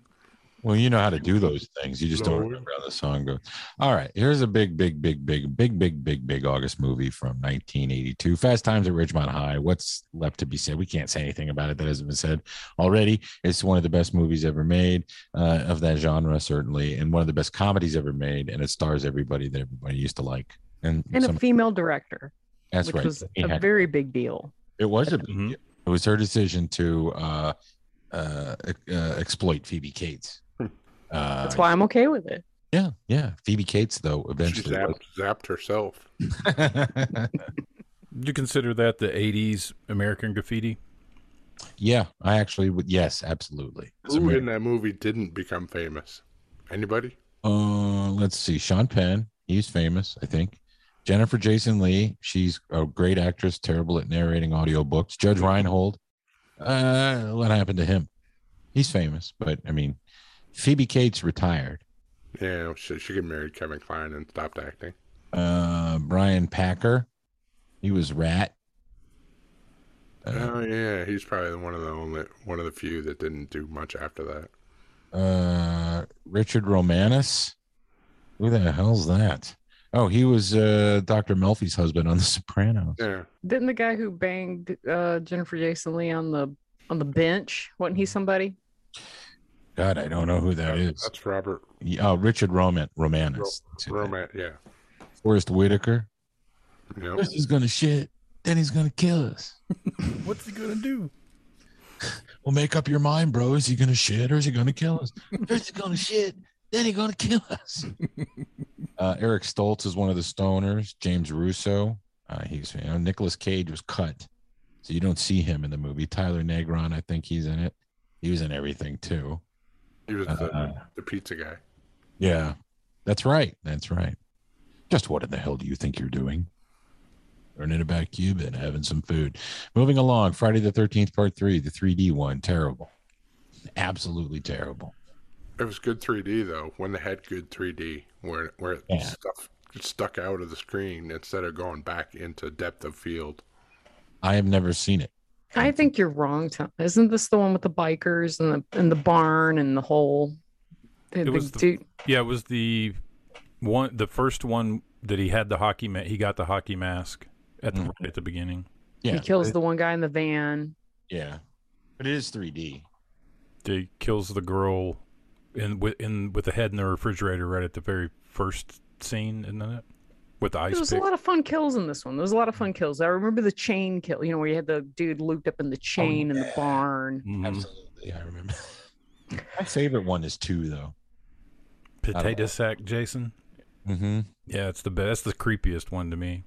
Speaker 1: well, you know how to do those things. You just don't
Speaker 3: Blowing.
Speaker 1: remember how the song goes. All right, here's a big, big, big, big, big, big, big, big August movie from 1982. Fast Times at Ridgemont High. What's left to be said? We can't say anything about it that hasn't been said already. It's one of the best movies ever made uh, of that genre, certainly, and one of the best comedies ever made. And it stars everybody that everybody used to like. And,
Speaker 2: And
Speaker 1: some-
Speaker 2: a female director,
Speaker 1: that's
Speaker 2: which
Speaker 1: right.
Speaker 2: was
Speaker 1: He
Speaker 2: a
Speaker 1: had-
Speaker 2: very big deal.
Speaker 1: it was a big
Speaker 4: Mhm.
Speaker 1: deal. It was her decision to uh, uh, e- uh, exploit Phoebe Cates. Uh,
Speaker 2: That's why I'm okay with it.
Speaker 1: Yeah, yeah. Phoebe Cates, though,
Speaker 3: She
Speaker 1: eventually.
Speaker 3: zapped, zapped herself.
Speaker 1: was-
Speaker 4: You consider that the '80s American Graffiti?
Speaker 1: yeah, I actually would. Yes, absolutely.
Speaker 3: Who in that movie didn't become famous? Anybody?
Speaker 1: Uh, let's see. Sean Penn, he's famous, I think. Jennifer Jason Lee, she's a great actress, terrible at narrating audiobooks. Judge Reinhold, uh, what happened to him? He's famous, but I mean, Phoebe Cates retired.
Speaker 3: Yeah, she, she got married Kevin Klein and stopped acting.
Speaker 1: Uh, Brian Packer, he was Rat. Uh.
Speaker 3: Oh yeah, he's probably one of the only one of the few that didn't do much after that.
Speaker 1: uh Richard Romanus. Who the hell's that? Oh, he was uh Dr. Melfi's husband on The Sopranos.
Speaker 3: Yeah,
Speaker 2: Didn't the guy who banged uh, Jennifer Jason Lee on the on the bench wasn't he somebody?
Speaker 1: God, I don't know who that is.
Speaker 3: That's Robert
Speaker 1: Yeah, Uh, Richard Roman Romanus.
Speaker 3: Romance. Yeah.
Speaker 1: Forrest Whitaker.
Speaker 3: Yep.
Speaker 1: Chris is gonna shit. Then he's gonna kill us.
Speaker 4: What's he gonna do?
Speaker 1: Well, make up your mind, bro. Is he gonna shit or is he gonna kill us? Chris is gonna shit. Then he's gonna kill us. uh, Eric Stoltz is one of the stoners. James Russo. Uh, he's you know Nicholas Cage was cut, so you don't see him in the movie. Tyler Negron, I think he's in it. He was in everything too.
Speaker 3: He was the,
Speaker 1: Uh,
Speaker 3: the pizza guy.
Speaker 1: Yeah, that's right. That's right. Just what in the hell do you think you're doing? Learning about Cuba and having some food. Moving along, Friday the 13th, part three, the 3D one. Terrible. Absolutely terrible.
Speaker 3: It was good 3D though. When they had good 3D, where where
Speaker 1: Yeah.
Speaker 3: stuff stuck out of the screen instead of going back into depth of field.
Speaker 1: I have never seen it.
Speaker 2: I think you're wrong, Tom. Isn't this the one with the bikers and the and the barn and the whole? The,
Speaker 4: It
Speaker 2: the
Speaker 4: was the-
Speaker 2: dude-
Speaker 4: Yeah, it was the one, the first one that he had the hockey. Ma- he got the hockey mask at the
Speaker 1: Mhm.
Speaker 4: right at the beginning.
Speaker 1: Yeah.
Speaker 2: he kills the one guy in the van.
Speaker 1: yeah. But it is 3D.
Speaker 4: He kills the girl in with in with the head in the refrigerator right at the very first scene, isn't it? With the
Speaker 2: There
Speaker 4: ice
Speaker 2: was
Speaker 4: pick.
Speaker 2: a lot of fun kills in this one. There was a lot of fun kills. I remember the chain kill. You know where you had the dude looped up in the chain
Speaker 1: Oh,
Speaker 2: in the barn.
Speaker 4: Mhm.
Speaker 1: Absolutely. I remember. My favorite one is two, though.
Speaker 4: Potato sack, Jason.
Speaker 1: Mm-hmm.
Speaker 4: Yeah, it's the best. That's the creepiest one to me.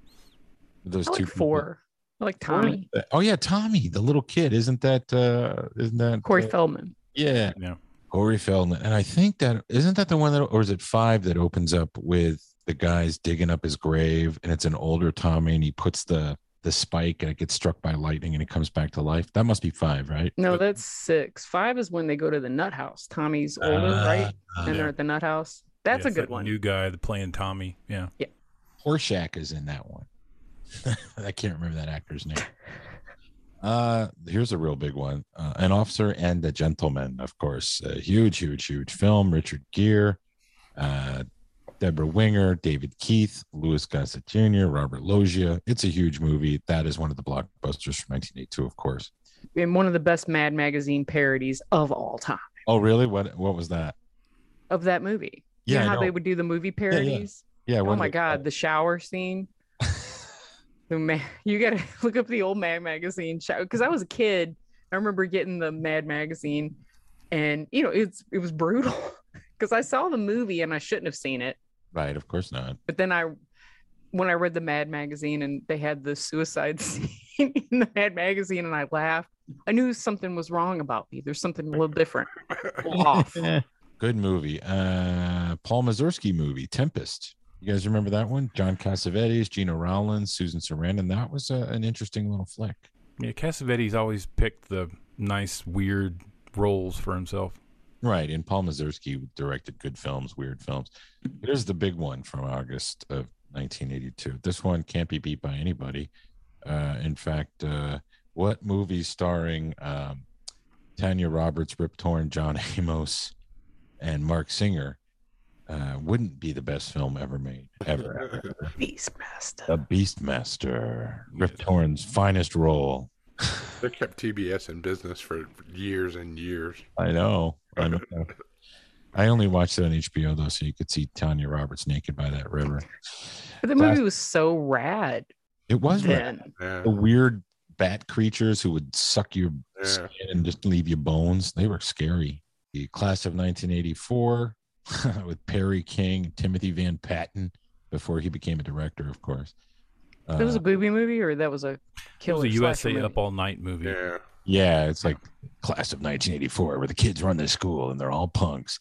Speaker 1: Those two
Speaker 2: I like
Speaker 1: people.
Speaker 2: four. I like Tommy,
Speaker 1: Oh yeah, Tommy, the little kid. Isn't that uh isn't that
Speaker 2: Corey
Speaker 1: uh,
Speaker 2: Feldman.
Speaker 1: Yeah.
Speaker 4: Yeah.
Speaker 1: Corey Feldman. And I think that isn't that the one that or is it five that opens up with the guys digging up his grave and it's an older Tommy and he puts the the spike and it gets struck by lightning and it comes back to life. That must be five, right?
Speaker 2: No, that's six. Five is when they go to the nut house. Tommy's older,
Speaker 1: Uh,
Speaker 2: right?
Speaker 1: uh,
Speaker 2: And they're at the nut house. That's a
Speaker 4: Yeah, it's
Speaker 2: good
Speaker 4: that
Speaker 2: one.
Speaker 4: New guy that playing Tommy. Yeah.
Speaker 1: Horshack is in that one. I can't remember that actor's name. Uh, here's a real big one: uh, an officer and a gentleman, of course. A huge, huge, huge film. Richard Gere, uh, Deborah Winger, David Keith, Louis Gossett Jr., Robert Loggia. It's a huge movie. That is one of the blockbusters from 1982, of course.
Speaker 2: And one of the best Mad Magazine parodies of all time
Speaker 1: Oh, really? What? What was that?
Speaker 2: of that movie. you
Speaker 1: Yeah,
Speaker 2: know
Speaker 1: I
Speaker 2: how they
Speaker 1: know.
Speaker 2: would do the movie parodies?
Speaker 1: yeah. uh,
Speaker 2: Oh
Speaker 1: what
Speaker 2: my
Speaker 1: did-
Speaker 2: god, the shower scene. the ma- you gotta look up the old Mad magazine shower because I was a kid. I remember getting the Mad magazine, and you know it's it was brutal because I saw the movie and I shouldn't have seen it.
Speaker 1: Right, of course not.
Speaker 2: But then I, when I read the Mad magazine and they had the suicide scene in the Mad magazine, and I laughed. I knew something was wrong about me. There's something a little different. Off.
Speaker 1: Good movie. Uh, Paul Mazursky movie, Tempest. You guys remember that one? John Cassavetes, Gina Rowlands, Susan Sarandon. That was a, an interesting little flick.
Speaker 4: Yeah, Cassavetes always picked the nice, weird roles for himself.
Speaker 1: Right. And Paul Mazursky directed good films, weird films. Here's the big one from August of 1982. This one can't be beat by anybody. Uh, in fact, uh, what movie starring um, Tanya Roberts, Rip Torn, John Amos, and Mark Singer uh, wouldn't be the best film ever made? Ever, ever.
Speaker 2: Beastmaster.
Speaker 1: The Beastmaster, Rip Torn's finest role.
Speaker 3: They kept TBS in business for years and years.
Speaker 1: I know. I know. I only watched it on HBO though, so you could see Tanya Roberts naked by that river.
Speaker 2: But the movie was so rad
Speaker 1: It was rad.
Speaker 2: then.
Speaker 3: Yeah.
Speaker 1: the weird bat creatures who would suck your
Speaker 3: Yeah.
Speaker 1: skin and just leave you bones. They were scary. The class of 1984 with Perry King, Timothy Van Patten, before he became a director, of course. Uh,
Speaker 2: That was a booby movie, or that was a
Speaker 4: It was
Speaker 2: killer.
Speaker 4: a
Speaker 2: slasher
Speaker 4: USA
Speaker 2: movie?
Speaker 4: Up All Night movie.
Speaker 3: Yeah.
Speaker 1: Yeah, it's like class of 1984, where the kids run the school and they're all punks.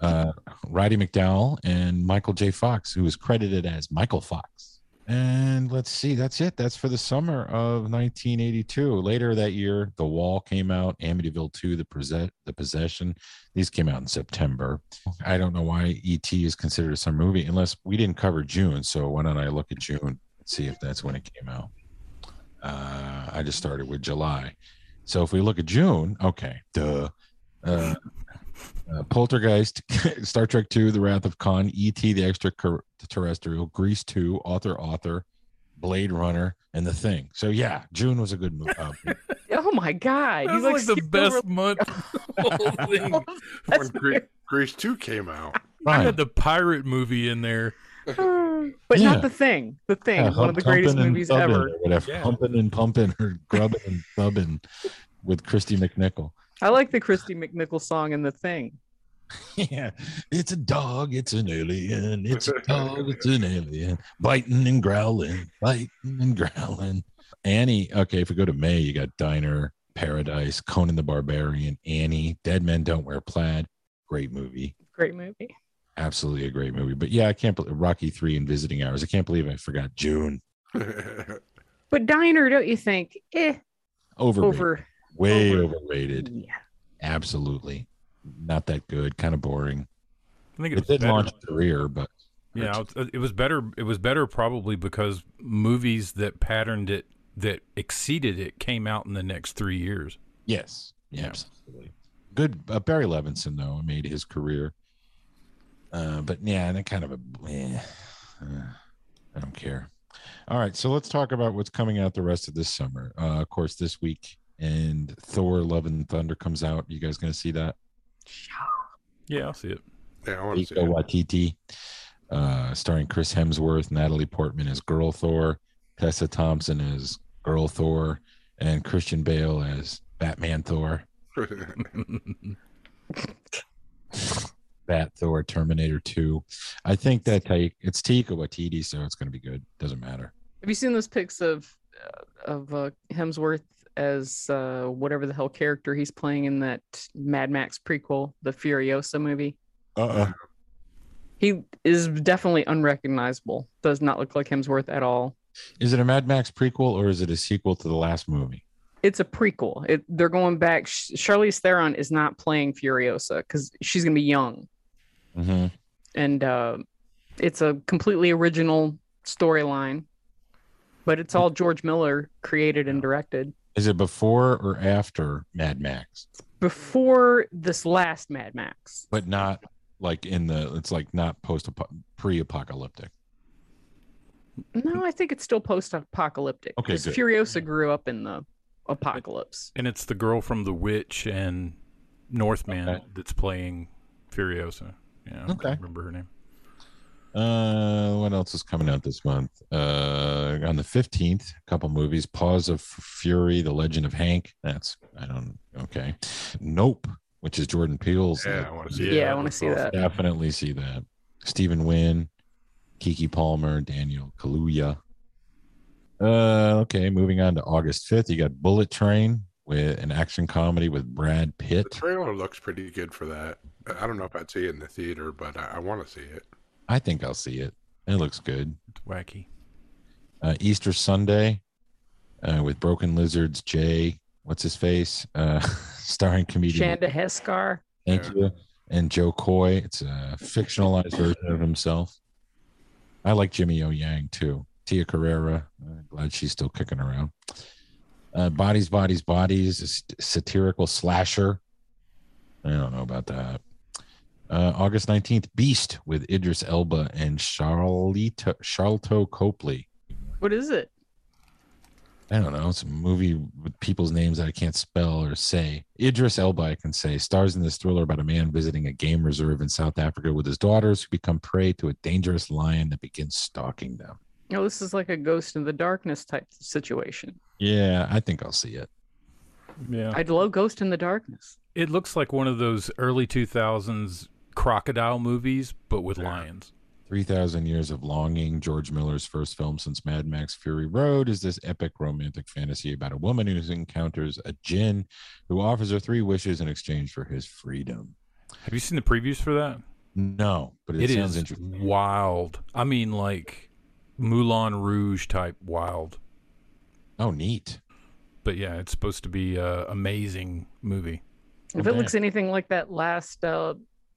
Speaker 1: Uh, Roddy McDowell and Michael J. Fox, who is credited as Michael Fox. And let's see, that's it. That's for the summer of 1982. Later that year, The Wall came out, Amityville 2, The, Possess- the Possession. These came out in September. I don't know why E.T. is considered a summer movie unless we didn't cover June. So why don't I look at June and see if that's when it came out? Uh, I just started with July. So if we look at June, okay, duh. Uh, uh, Poltergeist, Star Trek II, The Wrath of Khan, E.T., The Extraterrestrial, Grease 2, Author, Author, Blade Runner, and The Thing. So yeah, June was a good movie. Uh,
Speaker 2: Oh my god,
Speaker 4: That's
Speaker 2: he's
Speaker 4: like,
Speaker 2: like,
Speaker 4: the
Speaker 2: super
Speaker 4: best month. whole thing.
Speaker 2: relaxed.
Speaker 3: when Gre- Grease 2 came out.
Speaker 4: I
Speaker 1: Fine.
Speaker 4: had the pirate movie in there.
Speaker 2: but
Speaker 1: Yeah.
Speaker 2: not the thing. The thing,
Speaker 1: Yeah,
Speaker 2: one of the
Speaker 1: hump-
Speaker 2: greatest
Speaker 1: humping and
Speaker 2: movies
Speaker 1: thubbing
Speaker 2: ever.
Speaker 1: or whatever.
Speaker 4: Yeah.
Speaker 1: Humping and pumping or grubbing and thubbing with Christy McNichol.
Speaker 2: I like the Christy McNichol song in the thing.
Speaker 1: Yeah, it's a dog, it's an alien, it's a dog, it's an alien, biting and growling, biting and growling. Annie, okay, if we go to May, you got Diner, Paradise, Conan the Barbarian, Annie, Dead Men Don't Wear Plaid. Great movie.
Speaker 2: Great movie.
Speaker 1: Absolutely a great movie. But yeah, I can't believe Rocky 3 and Visiting Hours. I can't believe I forgot June.
Speaker 2: But Diner, don't you think? Eh,
Speaker 1: Overrated.
Speaker 2: over.
Speaker 1: Way
Speaker 2: over-
Speaker 1: overrated.
Speaker 2: Yeah.
Speaker 1: Absolutely. Not that good. Kind of boring.
Speaker 4: I think it,
Speaker 1: It
Speaker 4: was
Speaker 1: did
Speaker 4: better.
Speaker 1: launch a career, but
Speaker 4: Yeah, it- it was better. It was better probably because movies that patterned it, that exceeded it, came out in the next three years.
Speaker 1: Yes. Yeah,
Speaker 4: Yeah.
Speaker 1: absolutely. Good. Uh, Barry Levinson, though, made his career. Uh, but yeah, and it kind of a. eh, uh, I don't care. All right. So let's talk about what's coming out the rest of this summer. Uh, of course, this week, and Thor, Love, and Thunder comes out. You guys going to see that?
Speaker 4: Yeah, I'll see it.
Speaker 3: yeah, I want to see
Speaker 1: Taika
Speaker 3: it.
Speaker 1: Waititi, uh, starring Chris Hemsworth, Natalie Portman as Girl Thor, Tessa Thompson as Girl Thor, and Christian Bale as Batman Thor. Bat Thor, Terminator 2. I think that Taika, it's Taika Waititi, so it's going to be good. Doesn't matter.
Speaker 2: Have you seen those pics of uh, of uh, Hemsworth as uh, whatever the hell character he's playing in that Mad Max prequel, the Furiosa movie?
Speaker 1: Uh-uh.
Speaker 2: He is definitely unrecognizable. Does not look like Hemsworth at all.
Speaker 1: Is it a Mad Max prequel or is it a sequel to the last movie?
Speaker 2: It's a prequel. It, they're going back. Sh- Charlize Theron is not playing Furiosa because she's gonna be young,
Speaker 1: Mm-hmm.
Speaker 2: and uh, it's a completely original storyline. But it's all George Miller created and directed.
Speaker 1: Is it before or after Mad Max?
Speaker 2: before this last Mad Max.
Speaker 1: But not like in the, it's like not post pre apocalyptic.
Speaker 2: No, I think it's still post apocalyptic.
Speaker 1: Okay, good.
Speaker 2: Furiosa grew up in the apocalypse.
Speaker 4: And it's the girl from The Witch and Northman
Speaker 1: Okay.
Speaker 4: that's playing Furiosa. Yeah, I
Speaker 1: Okay.
Speaker 4: can't remember her name.
Speaker 1: Uh, what else is coming out this month? Uh, on the 15th, a couple movies Paws of Fury, The Legend of Hank. That's, I don't, okay. Nope, which is Jordan Peele's.
Speaker 3: Yeah,
Speaker 1: like,
Speaker 3: I want to
Speaker 2: Yeah,
Speaker 3: see
Speaker 2: I want to see that.
Speaker 1: definitely see that. Stephen Wynn, Kiki Palmer, Daniel Kaluuya. Uh, okay, moving on to August 5th, you got Bullet Train with an action comedy with Brad
Speaker 3: The
Speaker 1: Pitt.
Speaker 3: trailer looks pretty good for that. I don't know if I'd see it in the theater, but I, I want to see it.
Speaker 1: I think I'll see it. It looks good.
Speaker 4: It's wacky.
Speaker 1: Uh, Easter Sunday uh, with Broken Lizards, Jay, what's his face? Uh, starring comedian.
Speaker 2: Shanda Heskar.
Speaker 1: Thank
Speaker 3: Yeah.
Speaker 1: you. And Joe Coy. It's a fictionalized version of himself. I like Jimmy O Yang too. Tia Carrera. uh, glad she's still kicking around. Uh, bodies, bodies, bodies. a st- satirical slasher. I don't know about that. Uh, August nineteenth, Beast with Idris Elba and Charlita Charlto Copley.
Speaker 2: What is it?
Speaker 1: I don't know. It's a movie with people's names that I can't spell or say. Idris Elba, I can say, stars in this thriller about a man visiting a game reserve in South Africa with his daughters who become prey to a dangerous lion that begins stalking them.
Speaker 2: No, Oh, this is like a Ghost in the Darkness type situation.
Speaker 1: Yeah, I think I'll see it.
Speaker 4: Yeah,
Speaker 2: I'd love Ghost in the Darkness.
Speaker 4: it looks like one of those early two thousands crocodile movies, but with lions.
Speaker 1: 3,000 Years of Longing, George Miller's first film since Mad Max Fury Road, is this epic romantic fantasy about a woman who encounters a djinn who offers her three wishes in exchange for his freedom.
Speaker 4: Have you seen the previews for that?
Speaker 1: No, but it,
Speaker 4: It
Speaker 1: sounds
Speaker 4: is
Speaker 1: interesting.
Speaker 4: wild. I mean, like Moulin Rouge type wild.
Speaker 1: Oh, neat.
Speaker 4: But yeah, it's supposed to be a amazing movie.
Speaker 2: If it
Speaker 1: Okay.
Speaker 2: looks anything like that last uh,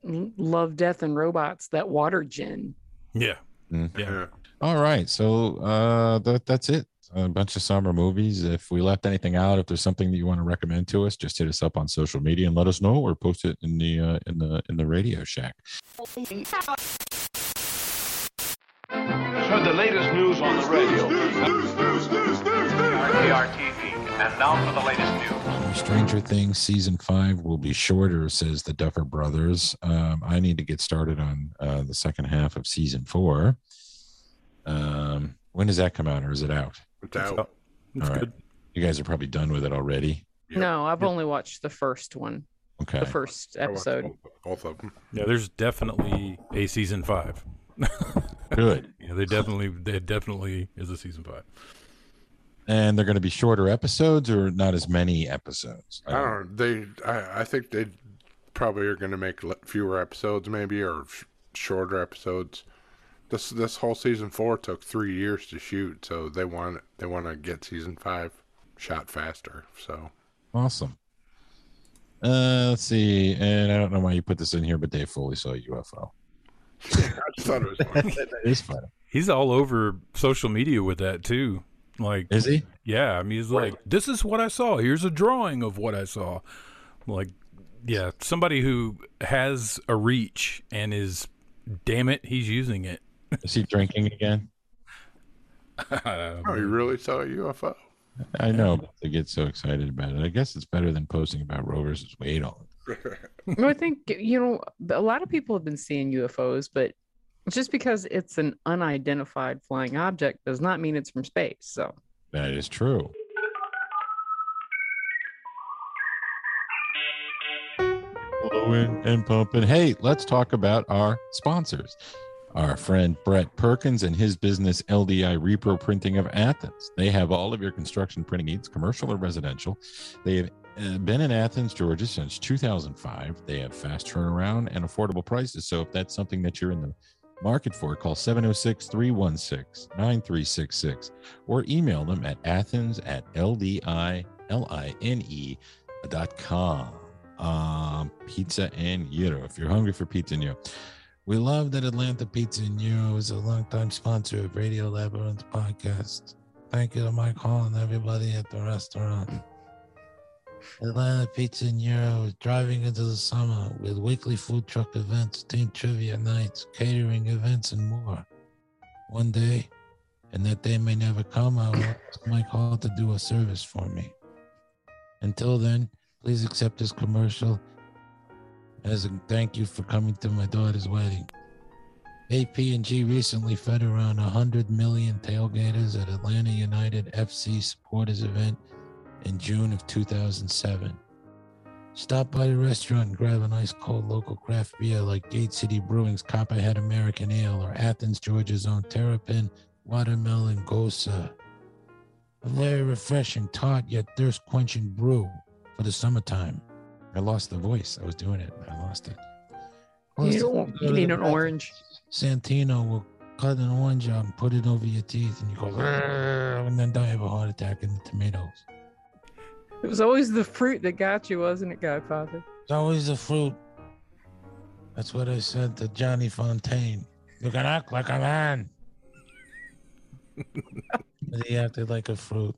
Speaker 2: L- Love, Death, and Robots, that water gin.
Speaker 4: Yeah,
Speaker 1: Mm.
Speaker 4: yeah.
Speaker 1: All right, so uh, that that's it. A bunch of summer movies. If we left anything out, if there's something that you want to recommend to us, just hit us up on social media and let us know, or post it in the uh, in the in the Radio Shack.
Speaker 8: Heard the latest news on the radio.
Speaker 5: RTP.
Speaker 9: And now for the latest news.
Speaker 1: Stranger Things season five will be shorter, says the Duffer Brothers. Um, I need to get started on uh, the second half of season four. Um, when does that come out, or is it out?
Speaker 3: It's out.
Speaker 4: out. It's
Speaker 1: All right.
Speaker 4: good.
Speaker 1: You guys are probably done with it already.
Speaker 3: Yep.
Speaker 2: No, I've only watched the first one,
Speaker 1: Okay.
Speaker 2: the first
Speaker 3: I watched
Speaker 2: episode.
Speaker 3: both- Both of them.
Speaker 4: Yeah, there's definitely a season five.
Speaker 1: Good.
Speaker 4: Yeah, they definitely, there definitely is a season five.
Speaker 1: And they're going to be shorter episodes, or not as many episodes.
Speaker 3: I don't know. They, I, I think they probably are going to make le- fewer episodes, maybe, or sh- shorter episodes. This this whole season four took three years to shoot, so they want they want to get season five shot faster. So
Speaker 1: Awesome. Uh, let's see. And I don't know why you put this in here, but Dave Foley saw a UFO.
Speaker 3: I just thought it was funny.
Speaker 1: He's funny.
Speaker 4: He's all over social media with that too. Like,
Speaker 1: Is he?
Speaker 4: yeah, I mean, he's like, this is what I saw. Here's a drawing of what I saw. Like, yeah, somebody who has a reach and is, damn it, he's using it.
Speaker 1: Is he drinking again?
Speaker 3: oh, you really saw a UFO?
Speaker 1: I know. But they get so excited about it. I guess it's better than posting about Roe versus Wade all the
Speaker 2: No, I think you know a lot of people have been seeing UFOs, but just because it's an unidentified flying object does not mean it's from space. So
Speaker 1: That is true. Blowing and pumping. Hey, let's talk about our sponsors. Our friend Brett Perkins and his business LDI Repro Printing of Athens. They have all of your construction printing needs, commercial or residential. They have uh, been in Athens, Georgia since 2005. They have fast turnaround and affordable prices. So if that's something that you're in the market for, call 706 316 9366 or email them at athens at l-d-i-l-i-n-e E dot com um, pizza and gyro if you're hungry for pizza and gyro we love that atlanta pizza and gyro is a longtime sponsor of radio labyrinth podcast thank you to mike hall and everybody at the restaurant Atlanta Pizza and Euro is driving into the summer with weekly food truck events, team trivia nights, catering events, and more. One day, and that day may never come, I will ask Mike Hall to do a service for me. Until then, please accept this commercial as a thank you for coming to my daughter's wedding. AP&G recently fed around 100 million tailgaters at Atlanta United FC supporters event in June of 2007. Stop by the restaurant and grab an ice cold local craft beer like Gate City Brewing's Copperhead American Ale or Athens, Georgia's own Terrapin Watermelon Gosa. A very refreshing, tart yet thirst quenching brew for the summertime. I lost the voice. I was doing it. I lost it.
Speaker 2: you, don't, you need an orange.
Speaker 1: Santino will cut an orange out and put it over your teeth, and you go, "Grrr," and then die of a heart attack in the tomatoes.
Speaker 2: It was always the fruit that got you, wasn't it, Godfather?
Speaker 1: It's always the fruit. That's what I said to Johnny Fontaine. You can act like a man. but he acted like a fruit.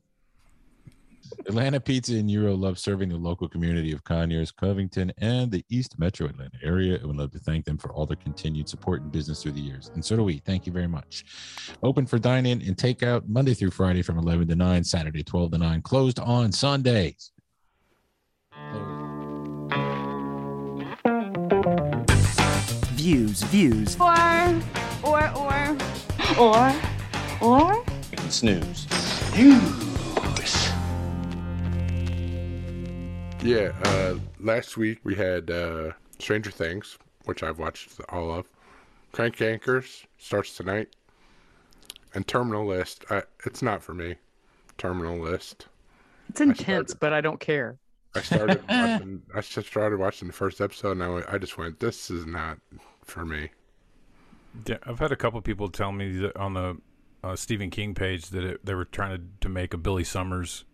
Speaker 1: Atlanta Pizza and Euro love serving the local community of Conyers, Covington, and the East Metro Atlanta area. And would love to thank them for all their continued support and business through the years. And so do we. Thank you very much. Open for dine in and takeout Monday through Friday from 11 to 9, Saturday 12 to 9, closed on Sundays.
Speaker 10: Views, views,
Speaker 6: Or, or, or, or, or.
Speaker 10: snooze.
Speaker 3: Yeah, uh, last week we had uh, Stranger Things, which I've watched all of. Crank Anchors starts tonight, and Terminal List. I, it's not for me. Terminal List.
Speaker 2: It's intense, but I don't care.
Speaker 3: I started watching. I just started watching the first episode, and I, went- I just went, "This is not for me."
Speaker 4: Yeah, I've had a couple people tell me that on the uh, Stephen King page that it, they were trying to, to make a Billy Summers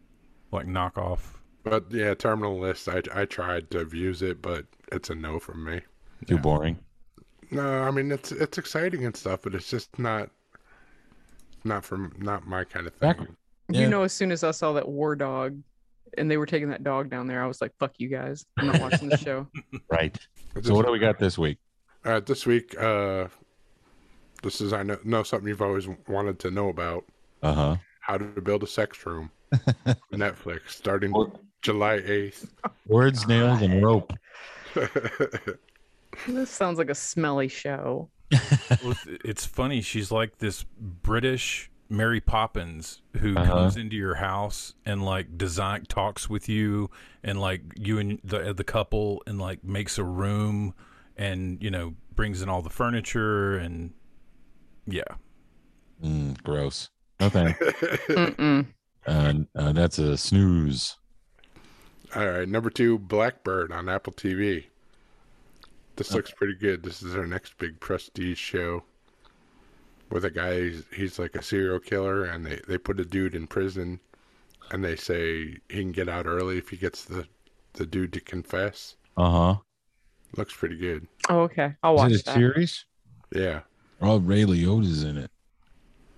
Speaker 4: like knockoff.
Speaker 3: But yeah, Terminal List. I I tried to views it, but it's a no from me.
Speaker 1: Too boring.
Speaker 3: No, I mean it's it's exciting and stuff, but it's just not not from not my kind of thing.
Speaker 1: Back-
Speaker 2: You know, as soon as I saw that war dog and they were taking that dog down there, I was like, fuck you guys. I'm not watching the show.
Speaker 1: Right.
Speaker 3: It
Speaker 1: So what
Speaker 3: just-
Speaker 1: do we got this week?
Speaker 3: All right, this week, uh, this is I know, know something you've always wanted to know about:
Speaker 1: Uh huh.
Speaker 3: how to build a sex room. Netflix starting
Speaker 1: Well-
Speaker 3: July 8th.
Speaker 11: Words, nails, and rope.
Speaker 2: This sounds like a smelly show.
Speaker 4: Well, it's- it's funny. She's like this British Mary Poppins who
Speaker 11: Uh-huh.
Speaker 4: comes into your house and like design talks with you and like you and the the couple and like makes a room and you know brings in all the furniture and yeah.
Speaker 11: Mm, gross. Nothing.
Speaker 2: Mm-mm.
Speaker 11: uh, uh, that's a snooze.
Speaker 3: All right, number two, Blackbird on Apple TV. This looks pretty good. This is our next big prestige show with a guy. He's, he's like a serial killer, and they they put a dude in prison, and they say he can get out early if he gets the the dude to confess.
Speaker 11: Uh
Speaker 3: Looks pretty good.
Speaker 2: Oh, okay. I'll
Speaker 11: huh.
Speaker 2: watch
Speaker 11: Is it a
Speaker 2: that.
Speaker 11: series?
Speaker 3: Yeah,
Speaker 11: Oh, Ray Liotta's in it.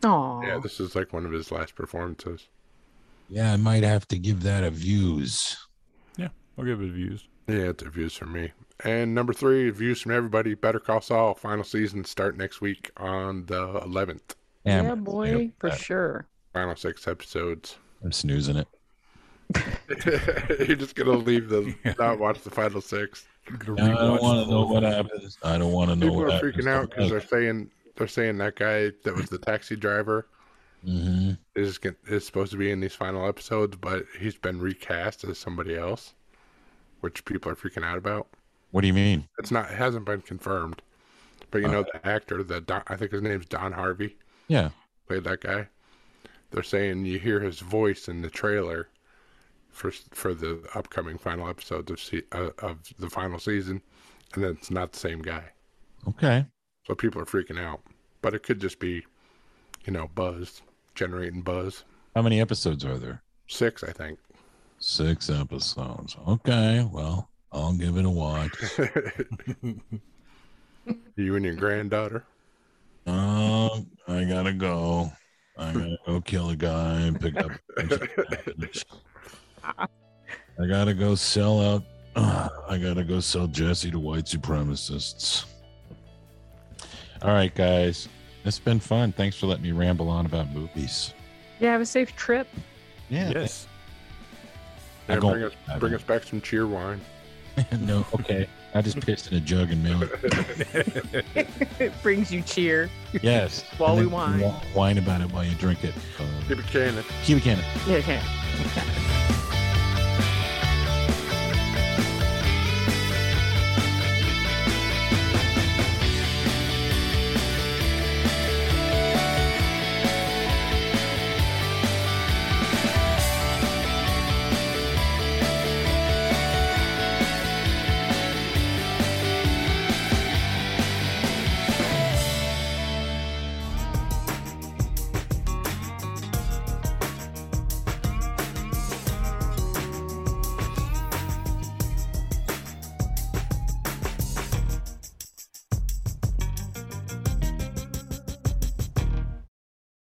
Speaker 2: Aw.
Speaker 3: yeah. This is like one of his last performances.
Speaker 11: Yeah, I might have to give that a views.
Speaker 4: I'll give it views.
Speaker 3: Yeah, it's views from me. And number three, views from everybody. Better Call Saul final season start next week on the 11th.
Speaker 11: Damn
Speaker 2: yeah,
Speaker 11: it.
Speaker 2: boy, for
Speaker 11: I'm-
Speaker 2: sure.
Speaker 3: Final six episodes.
Speaker 11: I'm snoozing it.
Speaker 3: You're just gonna leave the not watch the final six.
Speaker 11: I don't want to know what happens. I don't want to know
Speaker 3: People
Speaker 11: what
Speaker 3: are
Speaker 11: happens.
Speaker 3: freaking out because they're saying they're saying that guy that was the taxi driver
Speaker 11: Mhm.
Speaker 3: is gon- is supposed to be in these final episodes, but he's been recast as somebody else, which people are freaking out about.
Speaker 11: What do you mean?
Speaker 3: It's not it hasn't been confirmed, but you know the actor, the Don, I think his name's Don Harvey,
Speaker 11: Uh. Yeah.
Speaker 3: played that guy. They're saying you hear his voice in the trailer for for the upcoming final episodes of se- uh, of the final season, and then it's not the same guy.
Speaker 11: Okay.
Speaker 3: So people are freaking out. But it could just be, you know, buzz, generating buzz.
Speaker 11: How many episodes are there?
Speaker 3: Six, I think.
Speaker 11: Six episodes. Okay. Well, I'll give it a watch.
Speaker 3: you and your granddaughter.
Speaker 11: Um, I gotta go. I gotta go kill a guy and pick up. a bunch of cabbage. I gotta go sell out. I gotta go sell Jesse to white supremacists. All right, guys, it's been fun. Thanks for letting me ramble on about movies.
Speaker 2: Yeah, have a safe trip.
Speaker 11: Yeah,
Speaker 4: Yes.
Speaker 11: I
Speaker 3: And
Speaker 11: go-
Speaker 3: bring us
Speaker 11: I
Speaker 3: bring
Speaker 11: go.
Speaker 3: us back some cheer wine.
Speaker 11: no, okay. I just pissed in a jug and mailed. it.
Speaker 2: It brings you cheer.
Speaker 11: Yes,
Speaker 2: While we
Speaker 11: And then
Speaker 2: whine.
Speaker 11: whine about it while you drink it. Uh,
Speaker 3: Keep it canning.
Speaker 11: keep it canon.
Speaker 2: Yeah, okay.